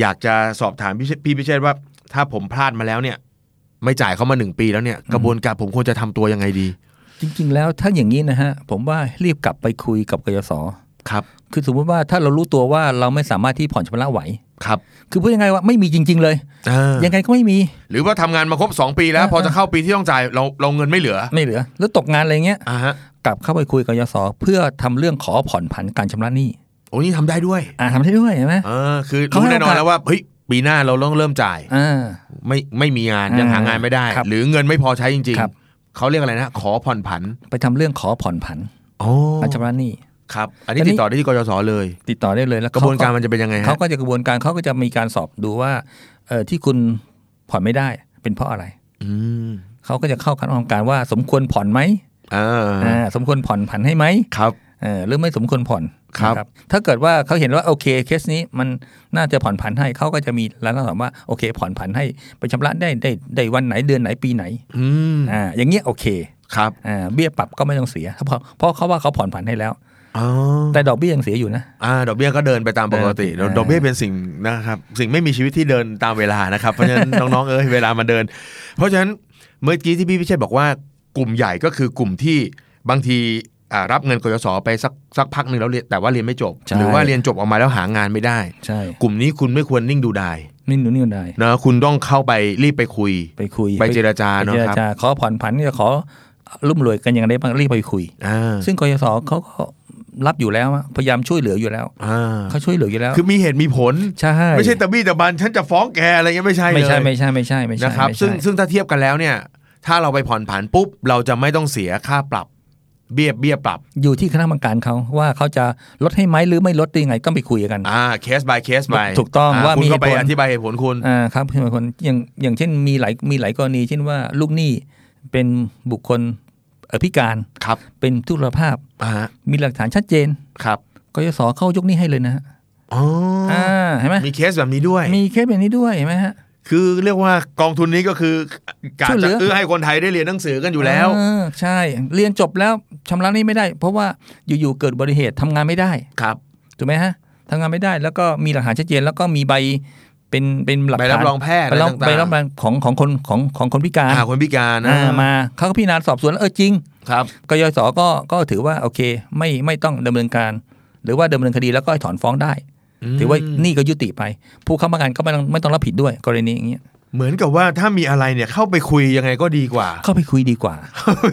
Speaker 1: อยากจะสอบถามพี่เชพี่พิเชษว่า ถ้าผมพลาดมาแล้วเนี่ย ไม่จ่ายเขามาหนึ่งปีแล้วเนี่ยกระบวนการผมควรจะทำตัวยังไงดี
Speaker 2: จริง ๆ แล้วถ้าอย่างนี้นะฮะ ผมว่ารีบกลับไปคุยกับกยศ
Speaker 1: ครับ
Speaker 2: คือสมมติว่าถ้าเรารู้ตัวว่าเราไม่สามารถที่ผ่อนชำระไหว
Speaker 1: ครับ
Speaker 2: คือพูดยังไงว่าไม่มีจริง ๆ เลย
Speaker 1: เออ
Speaker 2: ยังไงก็ไม่มี
Speaker 1: หรือว่าทำงานมาครบสองปีแล้ว
Speaker 2: อ่า
Speaker 1: พอจะเข้าปีที่ต้องจ่ายเราเราเงินไม่เหลือ
Speaker 2: ไม่เหลือ แล้วตกงานอะไรเงี้ย
Speaker 1: อ่าฮะ
Speaker 2: กลับเข้าไปคุยกับกยศเพื่อทำเรื่องขอผ่อนผันการชำระหนี้
Speaker 1: โอ้นี่ทำได้ด้วย
Speaker 2: อ่าทำได้ด้วยใช่ไหม
Speaker 1: เออคือ
Speaker 2: เขา
Speaker 1: รู้
Speaker 2: ให้
Speaker 1: แน่นอ
Speaker 2: โอน กาส
Speaker 1: แล้วว่าเฮ้ยปีหน้าเราต้องเริ่มจ่าย
Speaker 2: อ่า
Speaker 1: ไม่ไม่มีงานยัง
Speaker 2: อ่า
Speaker 1: หางานไม่ได้
Speaker 2: ครับ
Speaker 1: หรือเงินไม่พอใช้จริง
Speaker 2: ครับ
Speaker 1: ๆเขาเรียกอะไรนะ ขอผ่อนผัน
Speaker 2: ไปทำเรื่องขอผ่อนผัน
Speaker 1: โอ้
Speaker 2: การชำระหนี้
Speaker 1: ครับ อันนี้
Speaker 2: อันนี้
Speaker 1: ติดต่อได้ที่กยศเลย
Speaker 2: ติดต่อได้เลยแล้ว
Speaker 1: กระบวนการมันจะเป็นยังไง
Speaker 2: เขา
Speaker 1: ฮะ
Speaker 2: ก็จะกระบวนการเขาก็จะมีการสอบดูว่าเออที่คุณผ่อนไม่ได้เป็นเพราะอะไร
Speaker 1: อืม
Speaker 2: เขาก็จะเข้าคัดกรองการว่าสมควรผ่อนไหม
Speaker 1: อ่
Speaker 2: อ่า
Speaker 1: า
Speaker 2: สมควรผ่อนผันให้ไหม
Speaker 1: ครับ
Speaker 2: เออหรือไม่สมควรผ่อน
Speaker 1: ครับ
Speaker 2: นะถ้าเกิดว่าเขาเห็นว่าโอเคเคสนี้มันน่าจะผ่อนผันให้เขาก็จะมีร้านรับรองว่าโอเค ผ่อนผันให้ไปชำระได้ได้ได้วันไหนเดือนไหนปีไหน
Speaker 1: อืม
Speaker 2: อ่าอย่างเงี้ยโอเค
Speaker 1: ครับ
Speaker 2: อ่าเบี้ยปรับก็ไม่ต้องเสียเพราะเพราะเขาว่าเขาผ่อนผันให้แล้ว
Speaker 1: อ๋อ
Speaker 2: แต่ดอกเบี้ยยังเสียอยู่นะ
Speaker 1: อ่าดอกเบี้ยก็เดินไปตามปกติ
Speaker 2: เดินไป
Speaker 1: ดอกเบี้ยเป็นสิ่งนะครับสิ่งไม่มีชีวิตที่เดินตามเวลานะครับเพราะฉะนั้น น้องๆเอ้ยเวลามาเดิน เพราะฉะนั้นเมื่อกี้ที่พี่พิเชษบอกว่ากลุ่มใหญ่ก็คือกลุ่มที่บางทีอ่ารับเงินกยศไปสักสักพักหนึ่งแล้วเรียนแต่ว่าเรียนไม่จบ
Speaker 2: ใช่
Speaker 1: หรือว่าเรียนจบออกมาแล้วหางานไม่ได้
Speaker 2: ใช่
Speaker 1: กลุ่มนี้คุณไม่ควรนิ่งดูดาย
Speaker 2: นี่หนูนี่ได้
Speaker 1: นะคุณต้องเข้าไปรีบไปคุย
Speaker 2: ไปคุย
Speaker 1: ไปเจรจา
Speaker 2: ไป
Speaker 1: เนาะ
Speaker 2: เจร
Speaker 1: ครับ
Speaker 2: จาขอผ่อนผันจะขอรุ่มรวยกันยังไงได้บ้างรีบไปคุย
Speaker 1: อ่า
Speaker 2: ซึ่งกยศเขาก็รับอยู่แล้วอะพยายามช่วยเหลืออยู่แล้ว
Speaker 1: อ่า
Speaker 2: เขาช่วยเหลืออยู่แล้ว
Speaker 1: คือมีเหตุมีผล
Speaker 2: ใช่
Speaker 1: ไม่ใช่ตะบี้ตะบันฉันจะฟ้องแกอะไรเงี้ยไม่ใช่เลย
Speaker 2: ไม่ใช่ไม่ใช่ไม่ใช่ไม่ใช่
Speaker 1: นะครับ
Speaker 2: ไม่ใช่
Speaker 1: ซึ่งซึ่งถ้าเทียบกันแล้วเนี่ย ถ้าเราไปผ่อนผันปุ๊บ เราจะไม่ต้องเสียค่าปรับ เบี้ยเบี้ยปรับ
Speaker 2: อยู่ที่คณะกรรมการเขาว่าเขาจะลดให้ไหมหรือไม่ลดได้ยังไงก็ไปคุยกัน
Speaker 1: อ่าเคส by เคส by
Speaker 2: ถูกต้องว่า
Speaker 1: คุณ
Speaker 2: มี
Speaker 1: ก็ไป
Speaker 2: เหตุผล
Speaker 1: อธิบายเหตุผลคุณ
Speaker 2: อ่าครับเป็นคนอย่างอย่างเช่นมีหลายมีหลายกรณี เช่นว่าลูกหนี้เป็นบุคคลเอ่อพิการ
Speaker 1: ครับ
Speaker 2: เป็นทุรภาพ
Speaker 1: อ่าฮะ
Speaker 2: มีหลักฐานชัดเจน
Speaker 1: ครับ
Speaker 2: กยศเข้ายกหนี้ให้เลยนะฮะ
Speaker 1: อ๋ออ
Speaker 2: อ่าเห็นไหม
Speaker 1: มีเคสแบบนี้ด้วย
Speaker 2: มีเคสแบบนี้ด้วยเห็นไหมฮะ
Speaker 1: คือเรียกว่ากองทุนนี้ก็คือการ
Speaker 2: ช่วยเหลื
Speaker 1: จะ
Speaker 2: อ
Speaker 1: เอื้อให้คนไทยได้เรียนหนังสือกันอยู่แล้ว
Speaker 2: เออใช่ เรียนจบแล้วชำระหนี้ไม่ได้ เพราะว่าอยู่ๆเกิดอุบัติเหตุทำงานไม่ได้
Speaker 1: ครับ
Speaker 2: ถูกไหมฮะทำงานไม่ได้แล้วก็มีหลักฐานชัดเจน แล้วก็มีใบเป็นเป็นหลัก
Speaker 1: ใบ
Speaker 2: ฐาน
Speaker 1: รับรองแพทย์
Speaker 2: ใบ
Speaker 1: อะไร
Speaker 2: รับ
Speaker 1: ต่างๆ
Speaker 2: ใบรับรองของของคนของของคนพิการ
Speaker 1: อ่าคนพิการนะ
Speaker 2: อ่ามาเขาก็พิจารณาสอบสวนแล้วเออจริง
Speaker 1: ครับ
Speaker 2: กยศก็ก็ถือว่าโอเคไม่ไม่ต้องดำเนินการ หรือว่าดำเนินคดีแล้วก็ถอนฟ้องได้ ถือว่าหนี่ก็ยุติไป ผู้ค้ำประกันก็ไม่ต้องไม่ต้องรับผิดด้วยกรณีอย่างเงี้ย
Speaker 1: เหมือนกับว่าถ้ามีอะไรเนี่ยเข้าไปคุยยังไงก็ดีกว่า
Speaker 2: เข้าไปคุยดีกว่า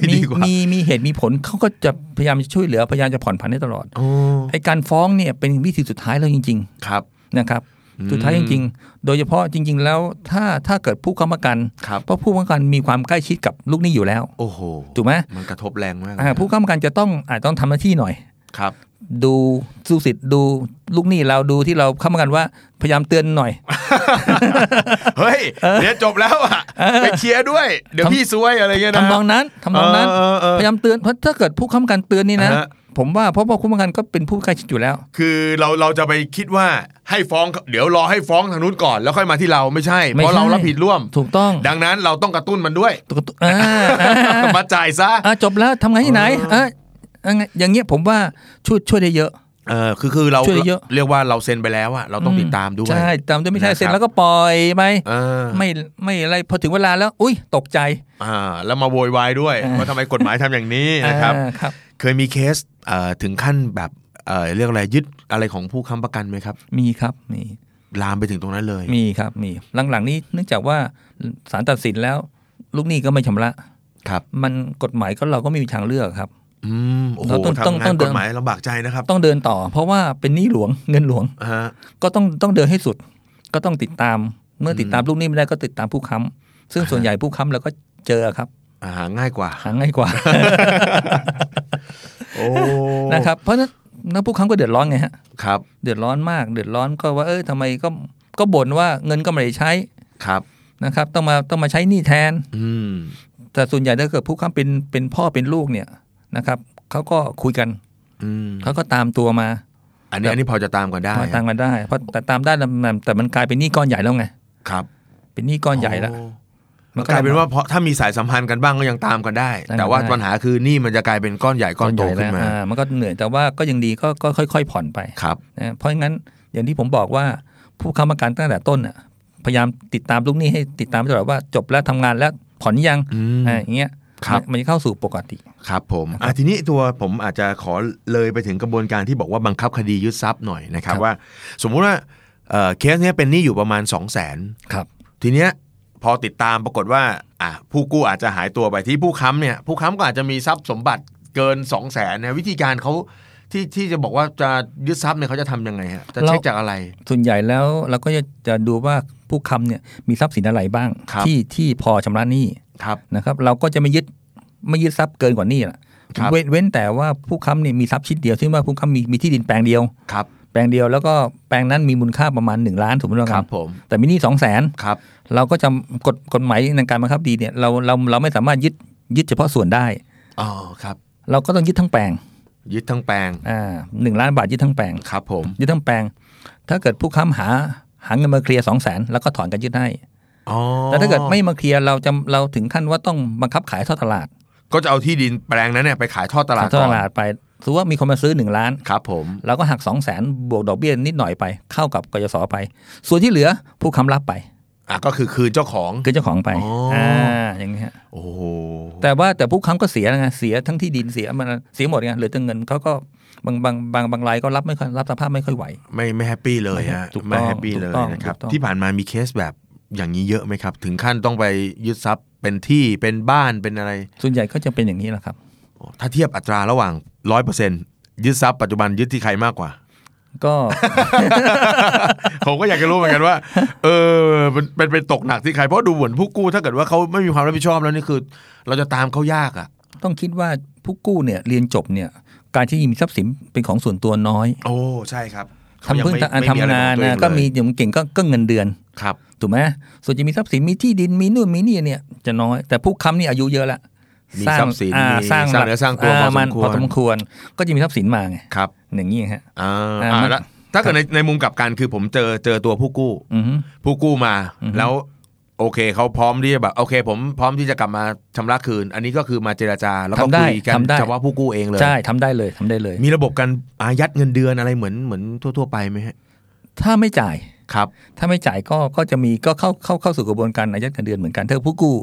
Speaker 2: มี
Speaker 1: ดีกว่า
Speaker 2: มีมีเหตุมีผลเขาก็จะพยายามจะช่วยเหลือพยายามจะผ่อนผันให้ตลอด
Speaker 1: โอ้
Speaker 2: ไอการฟ้องเนี่ยเป็นวิธีสุดท้ายแล้วจริง
Speaker 1: ครับ
Speaker 2: ๆ นะครับ สุดท้ายจริง ๆ โดยเฉพาะจริง ๆ แล้วถ้าถ้าเกิดผู้ค้ำประกัน
Speaker 1: ครับ
Speaker 2: เพราะผู้ค้ำประกันมีความใกล้ชิดกับลูกหนี้อยู่แล้ว
Speaker 1: โอ้โห
Speaker 2: ถูกไหม
Speaker 1: มันกระทบแรงมาก
Speaker 2: อ่าผู้ค้ำประกันจะต้องอาจต้องทำหน้าที่หน่อย
Speaker 1: ครับ
Speaker 2: ดูสู้สิทธิ์ดูลูกหนี้เราดูที่เราค้ำประกันว่าพยายามเตือนหน่อย
Speaker 1: เฮ้ยเรียนจบแล้วอ่ะ ไปเคลียร์ด้วย เดี๋ยว
Speaker 2: ทำ
Speaker 1: พี่ซวยอะไรเงี้ยนะ
Speaker 2: ทำนองนั้นทำนองนั้น
Speaker 1: เออเออ
Speaker 2: พ
Speaker 1: เออ
Speaker 2: ยายามเตือนเพราะถ้าเกิดผู้ค้ำประกันเตือนนี่นะ
Speaker 1: อ่าฮะ
Speaker 2: ผมว่าเพราะว่าผู้ค้ำประกันก็เป็นผู้ใกล้ชิดอยู่แล้ว
Speaker 1: คือเราเราจะไปคิดว่าให้ฟ้องเดี๋ยวรอให้ฟ้องทางนู้นก่อนแล้วค่อยมาที่เราไม่ใช่
Speaker 2: ไม่
Speaker 1: เพราะ
Speaker 2: ใช่
Speaker 1: เรารับผิดร่วม
Speaker 2: ถูกต้อง
Speaker 1: ดังนั้นเราต้องกระตุ้นมันด้วย
Speaker 2: ตุ๊กตุ๊กอ่าอ่าอ่า
Speaker 1: มาจ่ายซะ
Speaker 2: อ่าจบแล้วทำไงที่ไหนเอยยังไงอย่างเงี้ยผมว่าช่วยช่วยได้เยอะ
Speaker 1: เออคือคือเรา
Speaker 2: ช่วยเยอะ
Speaker 1: เรียกว่าเราเซ็นไปแล้วอะเราต้องติดตามด้วย
Speaker 2: ใช่ตามด้วยไม่ใช่
Speaker 1: นะครับ
Speaker 2: เสร็จแล้วก็ปล่อยไป
Speaker 1: เออ
Speaker 2: ไม่ไม่อะไรพอถึงเวลาแล้ว อุ้ยตกใจ
Speaker 1: อ่าแล้วมาโวยวายด้วย
Speaker 2: อ่า
Speaker 1: ว่าทำไมกฎหมายทำอย่างนี้นะครับ
Speaker 2: อ่าครับ
Speaker 1: เคยมีเคสเอ่อถึงขั้นแบบเอ่อเรียกอะไรยึดอะไรของผู้ค้ำประกันไหมครับ
Speaker 2: มีครับมี
Speaker 1: ลามไปถึงตรงนั้นเลย
Speaker 2: มีครับมีหลังๆนี้เนื่องจากว่าศาลตัดสินแล้ว ลูกหนี้ก็ไม่ชำระ
Speaker 1: ครับ
Speaker 2: มันกฎหมายก็เราก็ไม่มีทางเลือกครับ
Speaker 1: อืมโอ้โห
Speaker 2: เราต้อง
Speaker 1: ทำ
Speaker 2: ต้อง
Speaker 1: งา
Speaker 2: ต้
Speaker 1: น
Speaker 2: อง
Speaker 1: ก
Speaker 2: เดิ
Speaker 1: ฎ
Speaker 2: น
Speaker 1: หมายลำบากใจนะครับ
Speaker 2: ต้องเดินต่อ เพราะว่าเป็นหนี้หลวงเงินหลวง
Speaker 1: อ่าฮะ
Speaker 2: ก็ต้องต้องเดินให้สุด ก็ต้องติดตาม เมื่อติดตามลูกหนี้ไม่ได้ก็ติดตามผู้ค้ำซึ่งส่วนใหญ่ผู้ค้ำเราก็เจอครับ
Speaker 1: อ่าหาง่ายกว่า
Speaker 2: หาง่าย กว่า
Speaker 1: โอ้
Speaker 2: นะครับเพราะฉะนั้นนักผู้ค้ำก็เดือดร้อนไงฮะ
Speaker 1: ครับ
Speaker 2: เดือดร้อนมาก เดือดร้อนก็ว่าเอ้ยทำไมก็ก็บ่นว่าเงินก็ไม่ได้ใช้
Speaker 1: ครับ
Speaker 2: นะครับ ต้องมาต้องมาใช้หนี้แทน
Speaker 1: อืม
Speaker 2: แต่ส่วนใหญ่ถ้าเกิดผู้ค้ำเป็นเป็นพ่อเป็นลูกเนี่ยนะครับเขาก็คุยกัน
Speaker 1: อืม
Speaker 2: เขาก็ตามตัวมา
Speaker 1: อันนี้อันนี้พอจะตามกันได้
Speaker 2: มาตามกันได้เพราะแต่ตามได้แล้วมันแต่มันกลายเป็นหนี้ก้อนใหญ่แล้วไง
Speaker 1: ครับ
Speaker 2: เป็นหนี้ก้อนใหญ่แล้ว
Speaker 1: โอ้มันกลายเป็นว่าเพราะถ้ามีสายสัมพันธ์กันบ้างก็ยังตามกันได้
Speaker 2: ตามกัน
Speaker 1: แต่ว่า
Speaker 2: ได้
Speaker 1: ปัญหาคือหนี่มันจะกลายเป็นก้อนใหญ่ก้อนโต
Speaker 2: ใหญ่
Speaker 1: ขึ้น
Speaker 2: แล้ว
Speaker 1: มา
Speaker 2: อ่มันก็เหนื่อยแต่ว่าก็ยังดีก็ก็ค่อยๆผ่อนไป
Speaker 1: ครับ
Speaker 2: นะเพราะงั้นอย่างที่ผมบอกว่าผู้ค้ำประกันตั้งแต่ต้นน่ะพยายามติดตามลูกหนี้ให้ติดตามตลอดว่าจบแล้วทำงานแล้วผ่อนยัง
Speaker 1: อืม
Speaker 2: าอย่างเงี้ย
Speaker 1: ครับ
Speaker 2: มันมันจะเข้าสู่ปกติ
Speaker 1: ครับผมอ่ะทีนี้ตัวผมอาจจะขอเลยไปถึงกระบวนการที่บอกว่าบังคับคดียึดทรัพย์หน่อยนะครับ
Speaker 2: ครับ
Speaker 1: ว่า สมมุติว่าเอ่อเคสเนี้ยเป็นหนี้อยู่ประมาณ 2 0 0 0 0น
Speaker 2: ครับ
Speaker 1: ทีเนี้ยพอติดตามปรากฏว่าอ่ะผู้กู้อาจจะหายตัวไปที่ผู้ค้ำเนี่ยผู้ค้ำก็อาจจะมีทรัพย์สมบัติเกิน 2 0 0 0 0นเนี่ยวิธีการเขาที่ที่จะบอกว่าจะยึดทรัพย์เนี่ยเขาจะทำยังไงฮะจะเช็คจากอะไร
Speaker 2: ส่วนใหญ่แล้วเราก็จะจะดูว่าผู้ค้ำเนี่ยมีทรัพย์สินอะไรบ้าง
Speaker 1: ครับ
Speaker 2: ที่ที่พอชำระหนี้
Speaker 1: ครับ
Speaker 2: นะครับเราก็จะไม่ยึดไม่ยึดทรัพย์เกินกว่านี้แหละ
Speaker 1: ครับ
Speaker 2: เว้นเว้นแต่ว่าผู้ค้ำเนี่ยมีทรัพย์ชิ้นเดียวซึ่งว่าผู้ค้ำมีมีที่ดินแปลงเดียว
Speaker 1: ครับ
Speaker 2: แปลงเดียวแล้วก็แปลงนั้นมีมูลค่าประมาณ 1 ล้านสมมติว่า
Speaker 1: ค
Speaker 2: ค
Speaker 1: รั
Speaker 2: รั
Speaker 1: บบ ผม
Speaker 2: แต่มีหนี้สองแสน
Speaker 1: ครับ
Speaker 2: เราก็จะกฎกฎหมายในการบังคับคดีเนี่ยเราเราเราไม่สามารถยึดยึดเฉพาะส่วนได้
Speaker 1: อ๋อครับ
Speaker 2: เราก็ต้องยึดทั้งแปลง
Speaker 1: ยึดทั้งแปลง
Speaker 2: อ่าหนึ่งล้านบาทยึดทั้งแปลง
Speaker 1: ครับผม
Speaker 2: ยึดทั้งแปลง ถ้าเกิดผู้ค้ำหาหาเงินมาเคลียร์สองแสนแล้วก็ถอนการยึดให้
Speaker 1: อ๋อ
Speaker 2: แต่ถ้าเกิดไม่มาเคลียร์เราจะเราถึงขั้นว่าต้องบังคับขายทอดตลาด
Speaker 1: ก็จะเอาที่ดินแปลงนั้นเนี่ยไปขายทอดตลา
Speaker 2: ขาย
Speaker 1: ด
Speaker 2: ทอ
Speaker 1: ก่
Speaker 2: ดต
Speaker 1: อน
Speaker 2: ลาดไปถือว่ามีคนมาซื้อหนึ่งล้าน
Speaker 1: ครับผม
Speaker 2: เราก็หัก2 0 0 0 0 0บวกดอกเบี้ยนิดหน่อยไปเข้ากับกยศไป ส่วนที่เหลือผู้ค้ำรับไป
Speaker 1: อ่ะก็คือคืนเจ้าของ
Speaker 2: คือเจ้าของไป
Speaker 1: อ๋ออ่
Speaker 2: อย่างเงี้ยฮะ
Speaker 1: โอ้โห
Speaker 2: แต่ว่าแต่ผู้ค้ำก็เสียนะเสียทั้งที่ดินเสียมันเสียหมดไงเหลือแต่เงินเขาก็บางบางบางบางรายก็รับไม่ค่อยรับสภาพไม่ค่อยไหว
Speaker 1: ไม่ไม่แฮปปี้เลยฮะ
Speaker 2: ถูกต้อง
Speaker 1: ไม่แฮปปี้
Speaker 2: ถูก
Speaker 1: เลย
Speaker 2: ต้อง
Speaker 1: นะครับ
Speaker 2: ถูกต้อง
Speaker 1: ที่ผ่านมามีเคสแบบอย่างนี้เยอะไหมครับ ถึงขั้นต้องไปยึดทรัพย์เป็นที่เป็นบ้านเป็นอะไร
Speaker 2: ส่วนใหญ่ก็จะเป็นอย่างนี้แหละครับ
Speaker 1: ถ้าเทียบอัตราระหว่าง 100%ยึดทรัพย์ปัจจุบันยึดที่ใครมากกว่า
Speaker 2: ก็
Speaker 1: ผมก็อยากจะรู้เหมือนกันว่า เออเป็นเป็นเป็นตกหนักที่ใครเพราะดูเหมือนผู้กู้ถ้าเกิดว่าเขาไม่มีความรับผิดชอบแล้วนี่คือ เราจะตามเขายากอ่ะ
Speaker 2: ต้องคิดว่าผู้กู้เนี่ยเรียนจบเนี่ยการที่มีทรัพย์สินเป็นของส่วนตัวน้อย
Speaker 1: โอ้ใช่ครับ
Speaker 2: ทำเพิ่ง
Speaker 1: ขยัไม่
Speaker 2: ทำงาน
Speaker 1: ไอะไรขอตัว
Speaker 2: นะ
Speaker 1: เอง
Speaker 2: ก็มี
Speaker 1: เลย
Speaker 2: อย่างเก่งก็ก็เงินเดือน
Speaker 1: ครับ
Speaker 2: ถูกไหมส่วนจะมีทรัพย์สินมีที่ดินมีนู่นมีนี่เนี่ยจะน้อย แต่ผู้ค้ำนี่อายุเยอะละ
Speaker 1: มี
Speaker 2: สร้าง
Speaker 1: ทรัพย์สิน
Speaker 2: อ่า
Speaker 1: มี
Speaker 2: สร้าง
Speaker 1: สร้างเนื้อสร้างตัวพอส
Speaker 2: าม
Speaker 1: คว
Speaker 2: พอ
Speaker 1: ร
Speaker 2: สมควรก็จะมีทรัพย์สินมาไง
Speaker 1: ครับ
Speaker 2: อย่างนี้ฮะ
Speaker 1: อ่า
Speaker 2: อ่า
Speaker 1: อ่า
Speaker 2: มัน
Speaker 1: แล้วถ้าเกิดในในมุมกลับกันคือผมเจอเจอตัวผู้กู้
Speaker 2: อือฮึ
Speaker 1: ผู้กู้มา
Speaker 2: อือฮึ
Speaker 1: แล้วโอเคเขาพร้อมที่จะแบบโอเค ผมพร้อมที่จะกลับมาชำระคืน อันนี้ก็คือมาเจราจาแล้วก็
Speaker 2: ทำได้
Speaker 1: คุยกัน
Speaker 2: ทำได้
Speaker 1: เฉพาะผู้กู้เองเลย
Speaker 2: ใช่ทำได้เลยทำได้เลย
Speaker 1: มีระบบการอายัดเงินเดือนอะไรเหมือนเหมือนทั่ว ๆ ไปไหมฮะ
Speaker 2: ถ้าไม่จ่าย
Speaker 1: ครับ
Speaker 2: ถ้าไม่จ่ายก็ก็จะมีก็เข้าเข้าเข้าสู่กระบวนการอายัดเงินเดือนเหมือนกันถ้าผู้กู้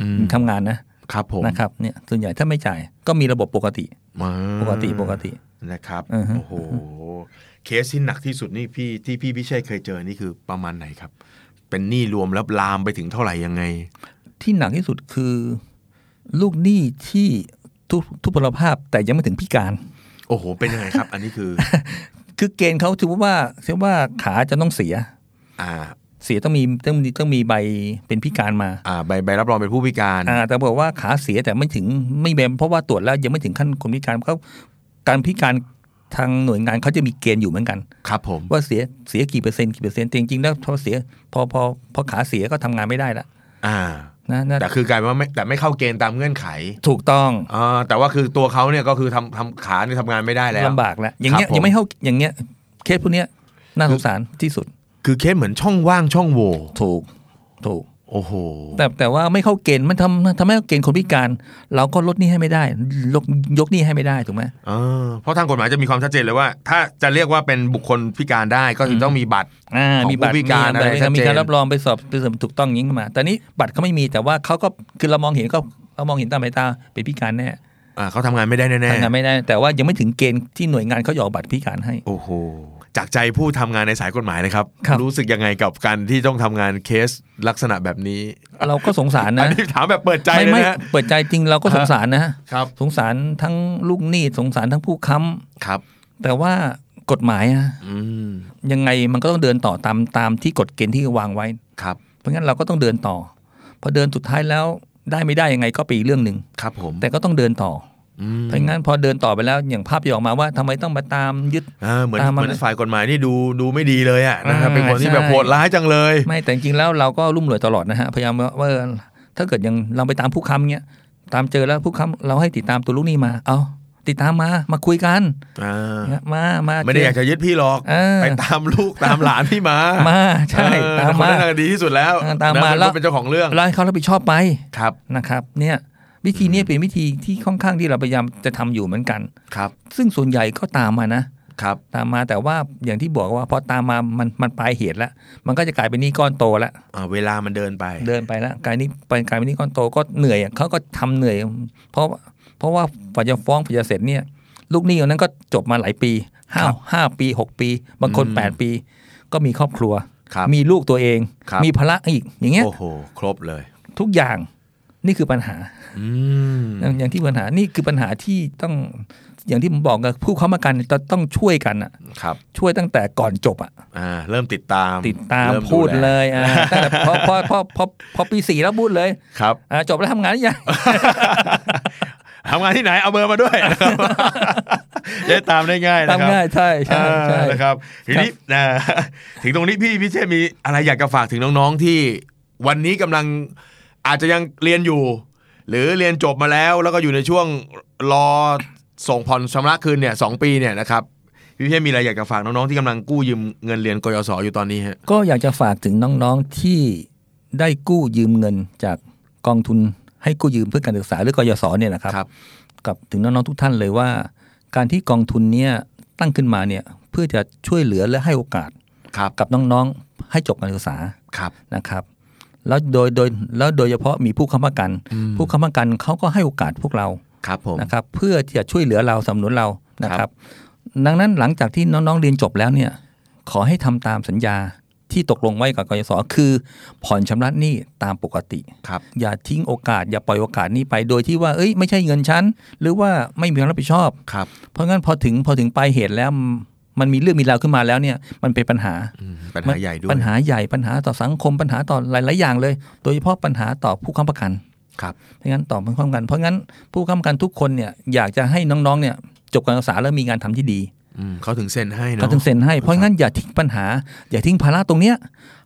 Speaker 1: อืม
Speaker 2: ทำงานนะครับ
Speaker 1: ผม
Speaker 2: นะครับเนี่ยส่วนใหญ่ถ้าไม่จ่ายก็มีระบบปกติ
Speaker 1: อ่า
Speaker 2: ปกติปกติ
Speaker 1: นะครับ
Speaker 2: อือฮึ
Speaker 1: โอ้โหเคสที่หนักที่สุดนี่พี่ที่พี่พิเชษเคยเจอนี่คือประมาณไหนครับ เป็นหนี้รวมแล้วลามไปถึงเท่าไหร่ยังไง
Speaker 2: ที่หนักที่สุดคือ ลูกหนี้ที่ทุกทุพพลภาพแต่ยังไม่ถึงพิการ
Speaker 1: โอ้โห เป็นยังไงครับ อันนี้คือ
Speaker 2: คือเกณฑ์เขาถือว่าถือว่าขาจะต้องเสีย
Speaker 1: อ่า
Speaker 2: เสียต้องมีต้องมีต้องมีใบเป็นพิการมา
Speaker 1: อ่าใบใบรับรองเป็นผู้พิการ
Speaker 2: อ่าแต่บอกว่าขาเสียแต่ไม่ถึงไม่แบนเพราะว่าตรวจแล้วยังไม่ถึงขั้นคนพิการเขาการพิการทางหน่วยงานเขาจะมีเกณฑ์อยู่เหมือนกัน
Speaker 1: ครับผม
Speaker 2: ว่าเสียเสียกี่เปอร์เซ็นต์กี่เปอร์เซ็นต์แต่จริงๆแล้วพอเสียพอพอพอขาเสียก็ทำงานไม่ได้ละ
Speaker 1: อ่า
Speaker 2: นะนะ
Speaker 1: แต่คือกลายเป็นว่าไม่แต่ไม่เข้าเกณฑ์ตามเงื่อนไข
Speaker 2: ถูกต้อง
Speaker 1: อ่าแต่ว่าคือตัวเขาเนี่ยก็คือทำทำขาเนี่ยทำงานไม่ได้แล้ว
Speaker 2: ลำบากแล้วอย่างเงี้ย
Speaker 1: ครับผม
Speaker 2: ยังไม่เข้าอย่างเงี้ยเคสพวกเนี้ยน่าสงสารที่สุด
Speaker 1: คือเคสเหมือนช่องว่างช่องโหว่
Speaker 2: ถูกถูก
Speaker 1: โอ้โห
Speaker 2: แต่แต่ว่าไม่เข้าเกณฑ์มันทำทำให้เกณฑ์คนพิการ เราก็ลดหนี้ให้ไม่ได้ยกยกหนี้ให้ไม่ได้ถูกไหม
Speaker 1: อ่าเพราะทางกฎหมายจะมีความชัดเจนเลยว่า ถ้าจะเรียกว่าเป็นบุคคลพิการได้ก็คือต้องมีบัตร
Speaker 2: อ่า
Speaker 1: ของ
Speaker 2: มีบัต
Speaker 1: ผู้
Speaker 2: ร
Speaker 1: พิการอะไร
Speaker 2: มี
Speaker 1: ชัดเจน
Speaker 2: มีการรับรองไปสอบไปเสริมถูกต้องอย่างนี้ขึ้นมา แต่นี้บัตรเขาไม่มีแต่ว่าเขาก็คือเรามองเห็นก็เรามองเห็นตามสายตาเป็นพิการแน่
Speaker 1: อ่าเขาทำงานไม่ได้แน่
Speaker 2: ทำงานไม่ได้แต่ว่ายังไม่ถึงเกณฑ์ที่หน่วยงานเขาหยออกบัตรพิการให้
Speaker 1: ๆโอ้โห จากใจผู้ทำงานในสายกฎหมายนะครับ
Speaker 2: ครับ
Speaker 1: รู้สึกยังไงกับการที่ต้องทำงานเคสลักษณะแบบนี้
Speaker 2: เราก็สงสาร
Speaker 1: อัน
Speaker 2: นะ
Speaker 1: นี้ถามแบบเปิดใจ
Speaker 2: ไม่
Speaker 1: เลย
Speaker 2: ไม่
Speaker 1: นะฮะ
Speaker 2: เปิดใจจริงเราก็
Speaker 1: ฮะ
Speaker 2: สงสารนะ
Speaker 1: ครับ
Speaker 2: สงสารทั้งลูกหนี้สงสารทั้งผู้ค้
Speaker 1: ครับ
Speaker 2: ำแต่ว่ากฎหมายอะ
Speaker 1: อืม
Speaker 2: ยังไงมันก็ต้องเดินต่อตามตามที่กฎเกณฑ์ที่วางไว้
Speaker 1: ครับ
Speaker 2: เพราะงั้นเราก็ต้องเดินต่อ พอเดินสุดท้ายแล้วได้ไม่ได้ยังไงก็ปีกเรื่องหนึ่ง
Speaker 1: ครับผม
Speaker 2: แต่ก็ต้องเดินต่อ
Speaker 1: อื
Speaker 2: อ
Speaker 1: ม
Speaker 2: เพราะงั้นพอเดินต่อไปแล้วอย่างภาพที่ออกมาว่าทำไมต้องมาตามยึด
Speaker 1: อ่าเหมือน
Speaker 2: ตาม
Speaker 1: เห
Speaker 2: มา
Speaker 1: มือนฝ่ายกฎหมายนี่ดูดูไม่ดีเลยอ่ะนะครับ
Speaker 2: อ่า
Speaker 1: เป็นคนที่แบบ
Speaker 2: ใช่
Speaker 1: โหดร้ายจังเลย
Speaker 2: ไม่แต่จริงๆแล้วเราก็รุ่มรวยตลอดนะฮะพยายามว่าว่าถ้าเกิดยังเราไปตามผู้ค้ำเงี้ยตามเจอแล้วผู้ค้ำเราให้ติดตามตัวลูกหนี้มา เอาติดตามมามาคุยกัน
Speaker 1: อ่า
Speaker 2: เนี่ยมามา
Speaker 1: ไม่ได้อยากจะยึดพี่หรอก
Speaker 2: เออ
Speaker 1: ไปตามลูก ตามหลานพี่มา
Speaker 2: มาใช่
Speaker 1: เออ
Speaker 2: ตาม
Speaker 1: คน
Speaker 2: มา
Speaker 1: นั้นน่ะดีที่สุดแล้ว
Speaker 2: เออตาม
Speaker 1: นะ
Speaker 2: มา
Speaker 1: เป็น
Speaker 2: แล้ว
Speaker 1: คนเป็นเจ้าของเรื่อง
Speaker 2: แล้วให้เขารับผิดชอบไป
Speaker 1: ครับ
Speaker 2: นะครับเนี่ยวิธีนี้เป็นวิธีที่ค่อนข้างที่เราพยายามจะทำอยู่เหมือนกัน
Speaker 1: ครับ
Speaker 2: ซึ่งส่วนใหญ่ก็ตามมานะครับ ตามมาแต่ว่าอย่างที่บอกว่าพอตามมามันมันปลายเหตุแล้ว มันก็จะกลายเป็นหนี้ก้อนโตแล้ว
Speaker 1: อ่าเวลามันเดินไป
Speaker 2: เดินไปแล้วกลายนี้ไปกลายเป็นหนี้ก้อนโตก็เหนื่อยอะเขาก็ทำเหนื่อย เพราะเพราะว่ากว่าจะฟ้องกว่าจะเสร็จเนี่ยลูกหนี้คนนั้นก็จบมาหลายปีห้าห้าปีหกปี บางคน
Speaker 1: อืม
Speaker 2: แปดปี ก็มีครอบครัว
Speaker 1: ครับ
Speaker 2: มีลูกตัวเอง
Speaker 1: ครับ
Speaker 2: มีภาระอีกอย่างเงี้ย
Speaker 1: โอ้โห ครบเลย
Speaker 2: ทุกอย่างนี่คือปัญหา
Speaker 1: อืม
Speaker 2: อย่างอย่างที่ปัญหานี่คือปัญหาที่ต้องอย่างที่ผมบอกกับผู้ค้ำประกันจะต้องช่วยกันอะ
Speaker 1: ครับ
Speaker 2: ช่วยตั้งแต่ก่อนจบอะ
Speaker 1: อ่า เริ่มติดตาม
Speaker 2: ติดตาม
Speaker 1: เริ่
Speaker 2: พูด
Speaker 1: แ
Speaker 2: เลยอ่ะตั้งแต่พอพอพอพอพอปีสี่แล้วพูดเลย
Speaker 1: ครับ
Speaker 2: อ่ะจบแล้วทำงานหรือยัง
Speaker 1: ทำงานที่ไหน เอาเบอร์มาด้วย นะครับ จะได้ตามได้ง่ายนะครับ
Speaker 2: ทำง่ายใช่ใช่ใช่
Speaker 1: อ่านะครับ ทีนี้นะ ถึงตรงนี้พี่พิเชษมีอะไรอยากจะฝากถึงน้องๆที่วันนี้กำลังอาจจะยังเรียนอยู่ หรือเรียนจบมาแล้ว แล้วก็อยู่ในช่วงรอส่งผ่อนชำระคืนเนี่ยสองปีเนี่ยนะครับพี่พิเชษมีอะไรอยากจะฝากน้องๆที่กำลังกู้ยืมเงินเรียนกยศอยู่ตอนนี้ฮะ
Speaker 2: ก็อยากจะฝากถึงน้องๆที่ได้กู้ยืมเงินจากกองทุนให้กู้ยืมเพื่อการศึกษาหรือกยศเนี่ยนะครับ กับถึงน้องๆทุกท่านเลยว่า การที่กองทุนเนี่ยตั้งขึ้นมาเนี่ยเพื่อจะช่วยเหลือและให้โอกาส
Speaker 1: ครับ
Speaker 2: กับน้องๆให้จบการศึกษา
Speaker 1: ครับ
Speaker 2: นะครับแล้วโดยโดยแล้วโดยเฉพาะมีผู้ค้ำประกัน
Speaker 1: อืม
Speaker 2: ผู้ค้ำประกันเขาก็ให้โอกาสพวกเรา
Speaker 1: ครับผม
Speaker 2: นะครับ เพื่อที่จะช่วยเหลือเราสนับสนุนเรานะค
Speaker 1: ครั
Speaker 2: รับ บ ดังนั้นหลังจากที่น้องๆเรียนจบแล้วเนี่ยขอให้ทำตามสัญญาที่ตกลงไว้กับกยศคือผ่อนชำระหนี้ตามปกติ
Speaker 1: ครับ
Speaker 2: อย่าทิ้งโอกาส อย่าปล่อยโอกาสนี้ไปโดยที่ว่าเอ้ยไม่ใช่เงินฉันหรือว่าไม่มีความรับผิดชอบ
Speaker 1: ครับ
Speaker 2: เพราะงั้นพอถึงพอถึงปลายเหตุแล้วมันมีเรื่องมีราวขึ้นมาแล้วเนี่ยมันเป็นปัญหา
Speaker 1: อืมปัญหาใหญ่ด้วย
Speaker 2: ปัญหาใหญ่ปัญหาต่อสังคมปัญหาต่อหลาย ๆ อย่างเลย โดยเฉพาะปัญหาต่อผู้ค้ำประกัน
Speaker 1: ครับ
Speaker 2: เพราะงั้นต่อผู้ค้ำประกัน เพราะงั้นผู้ค้ำประกันทุกคนเนี่ยอยากจะให้น้อง ๆ เนี่ยจบการศึกษาแล้วมีงานทำที่ดี
Speaker 1: อืมเขาถึงเซ็นให้เนอะ
Speaker 2: เขาถึงเซ็นให้เพราะงั้นอย่าทิ้งปัญหา อย่าทิ้งภาระตรงเนี้ย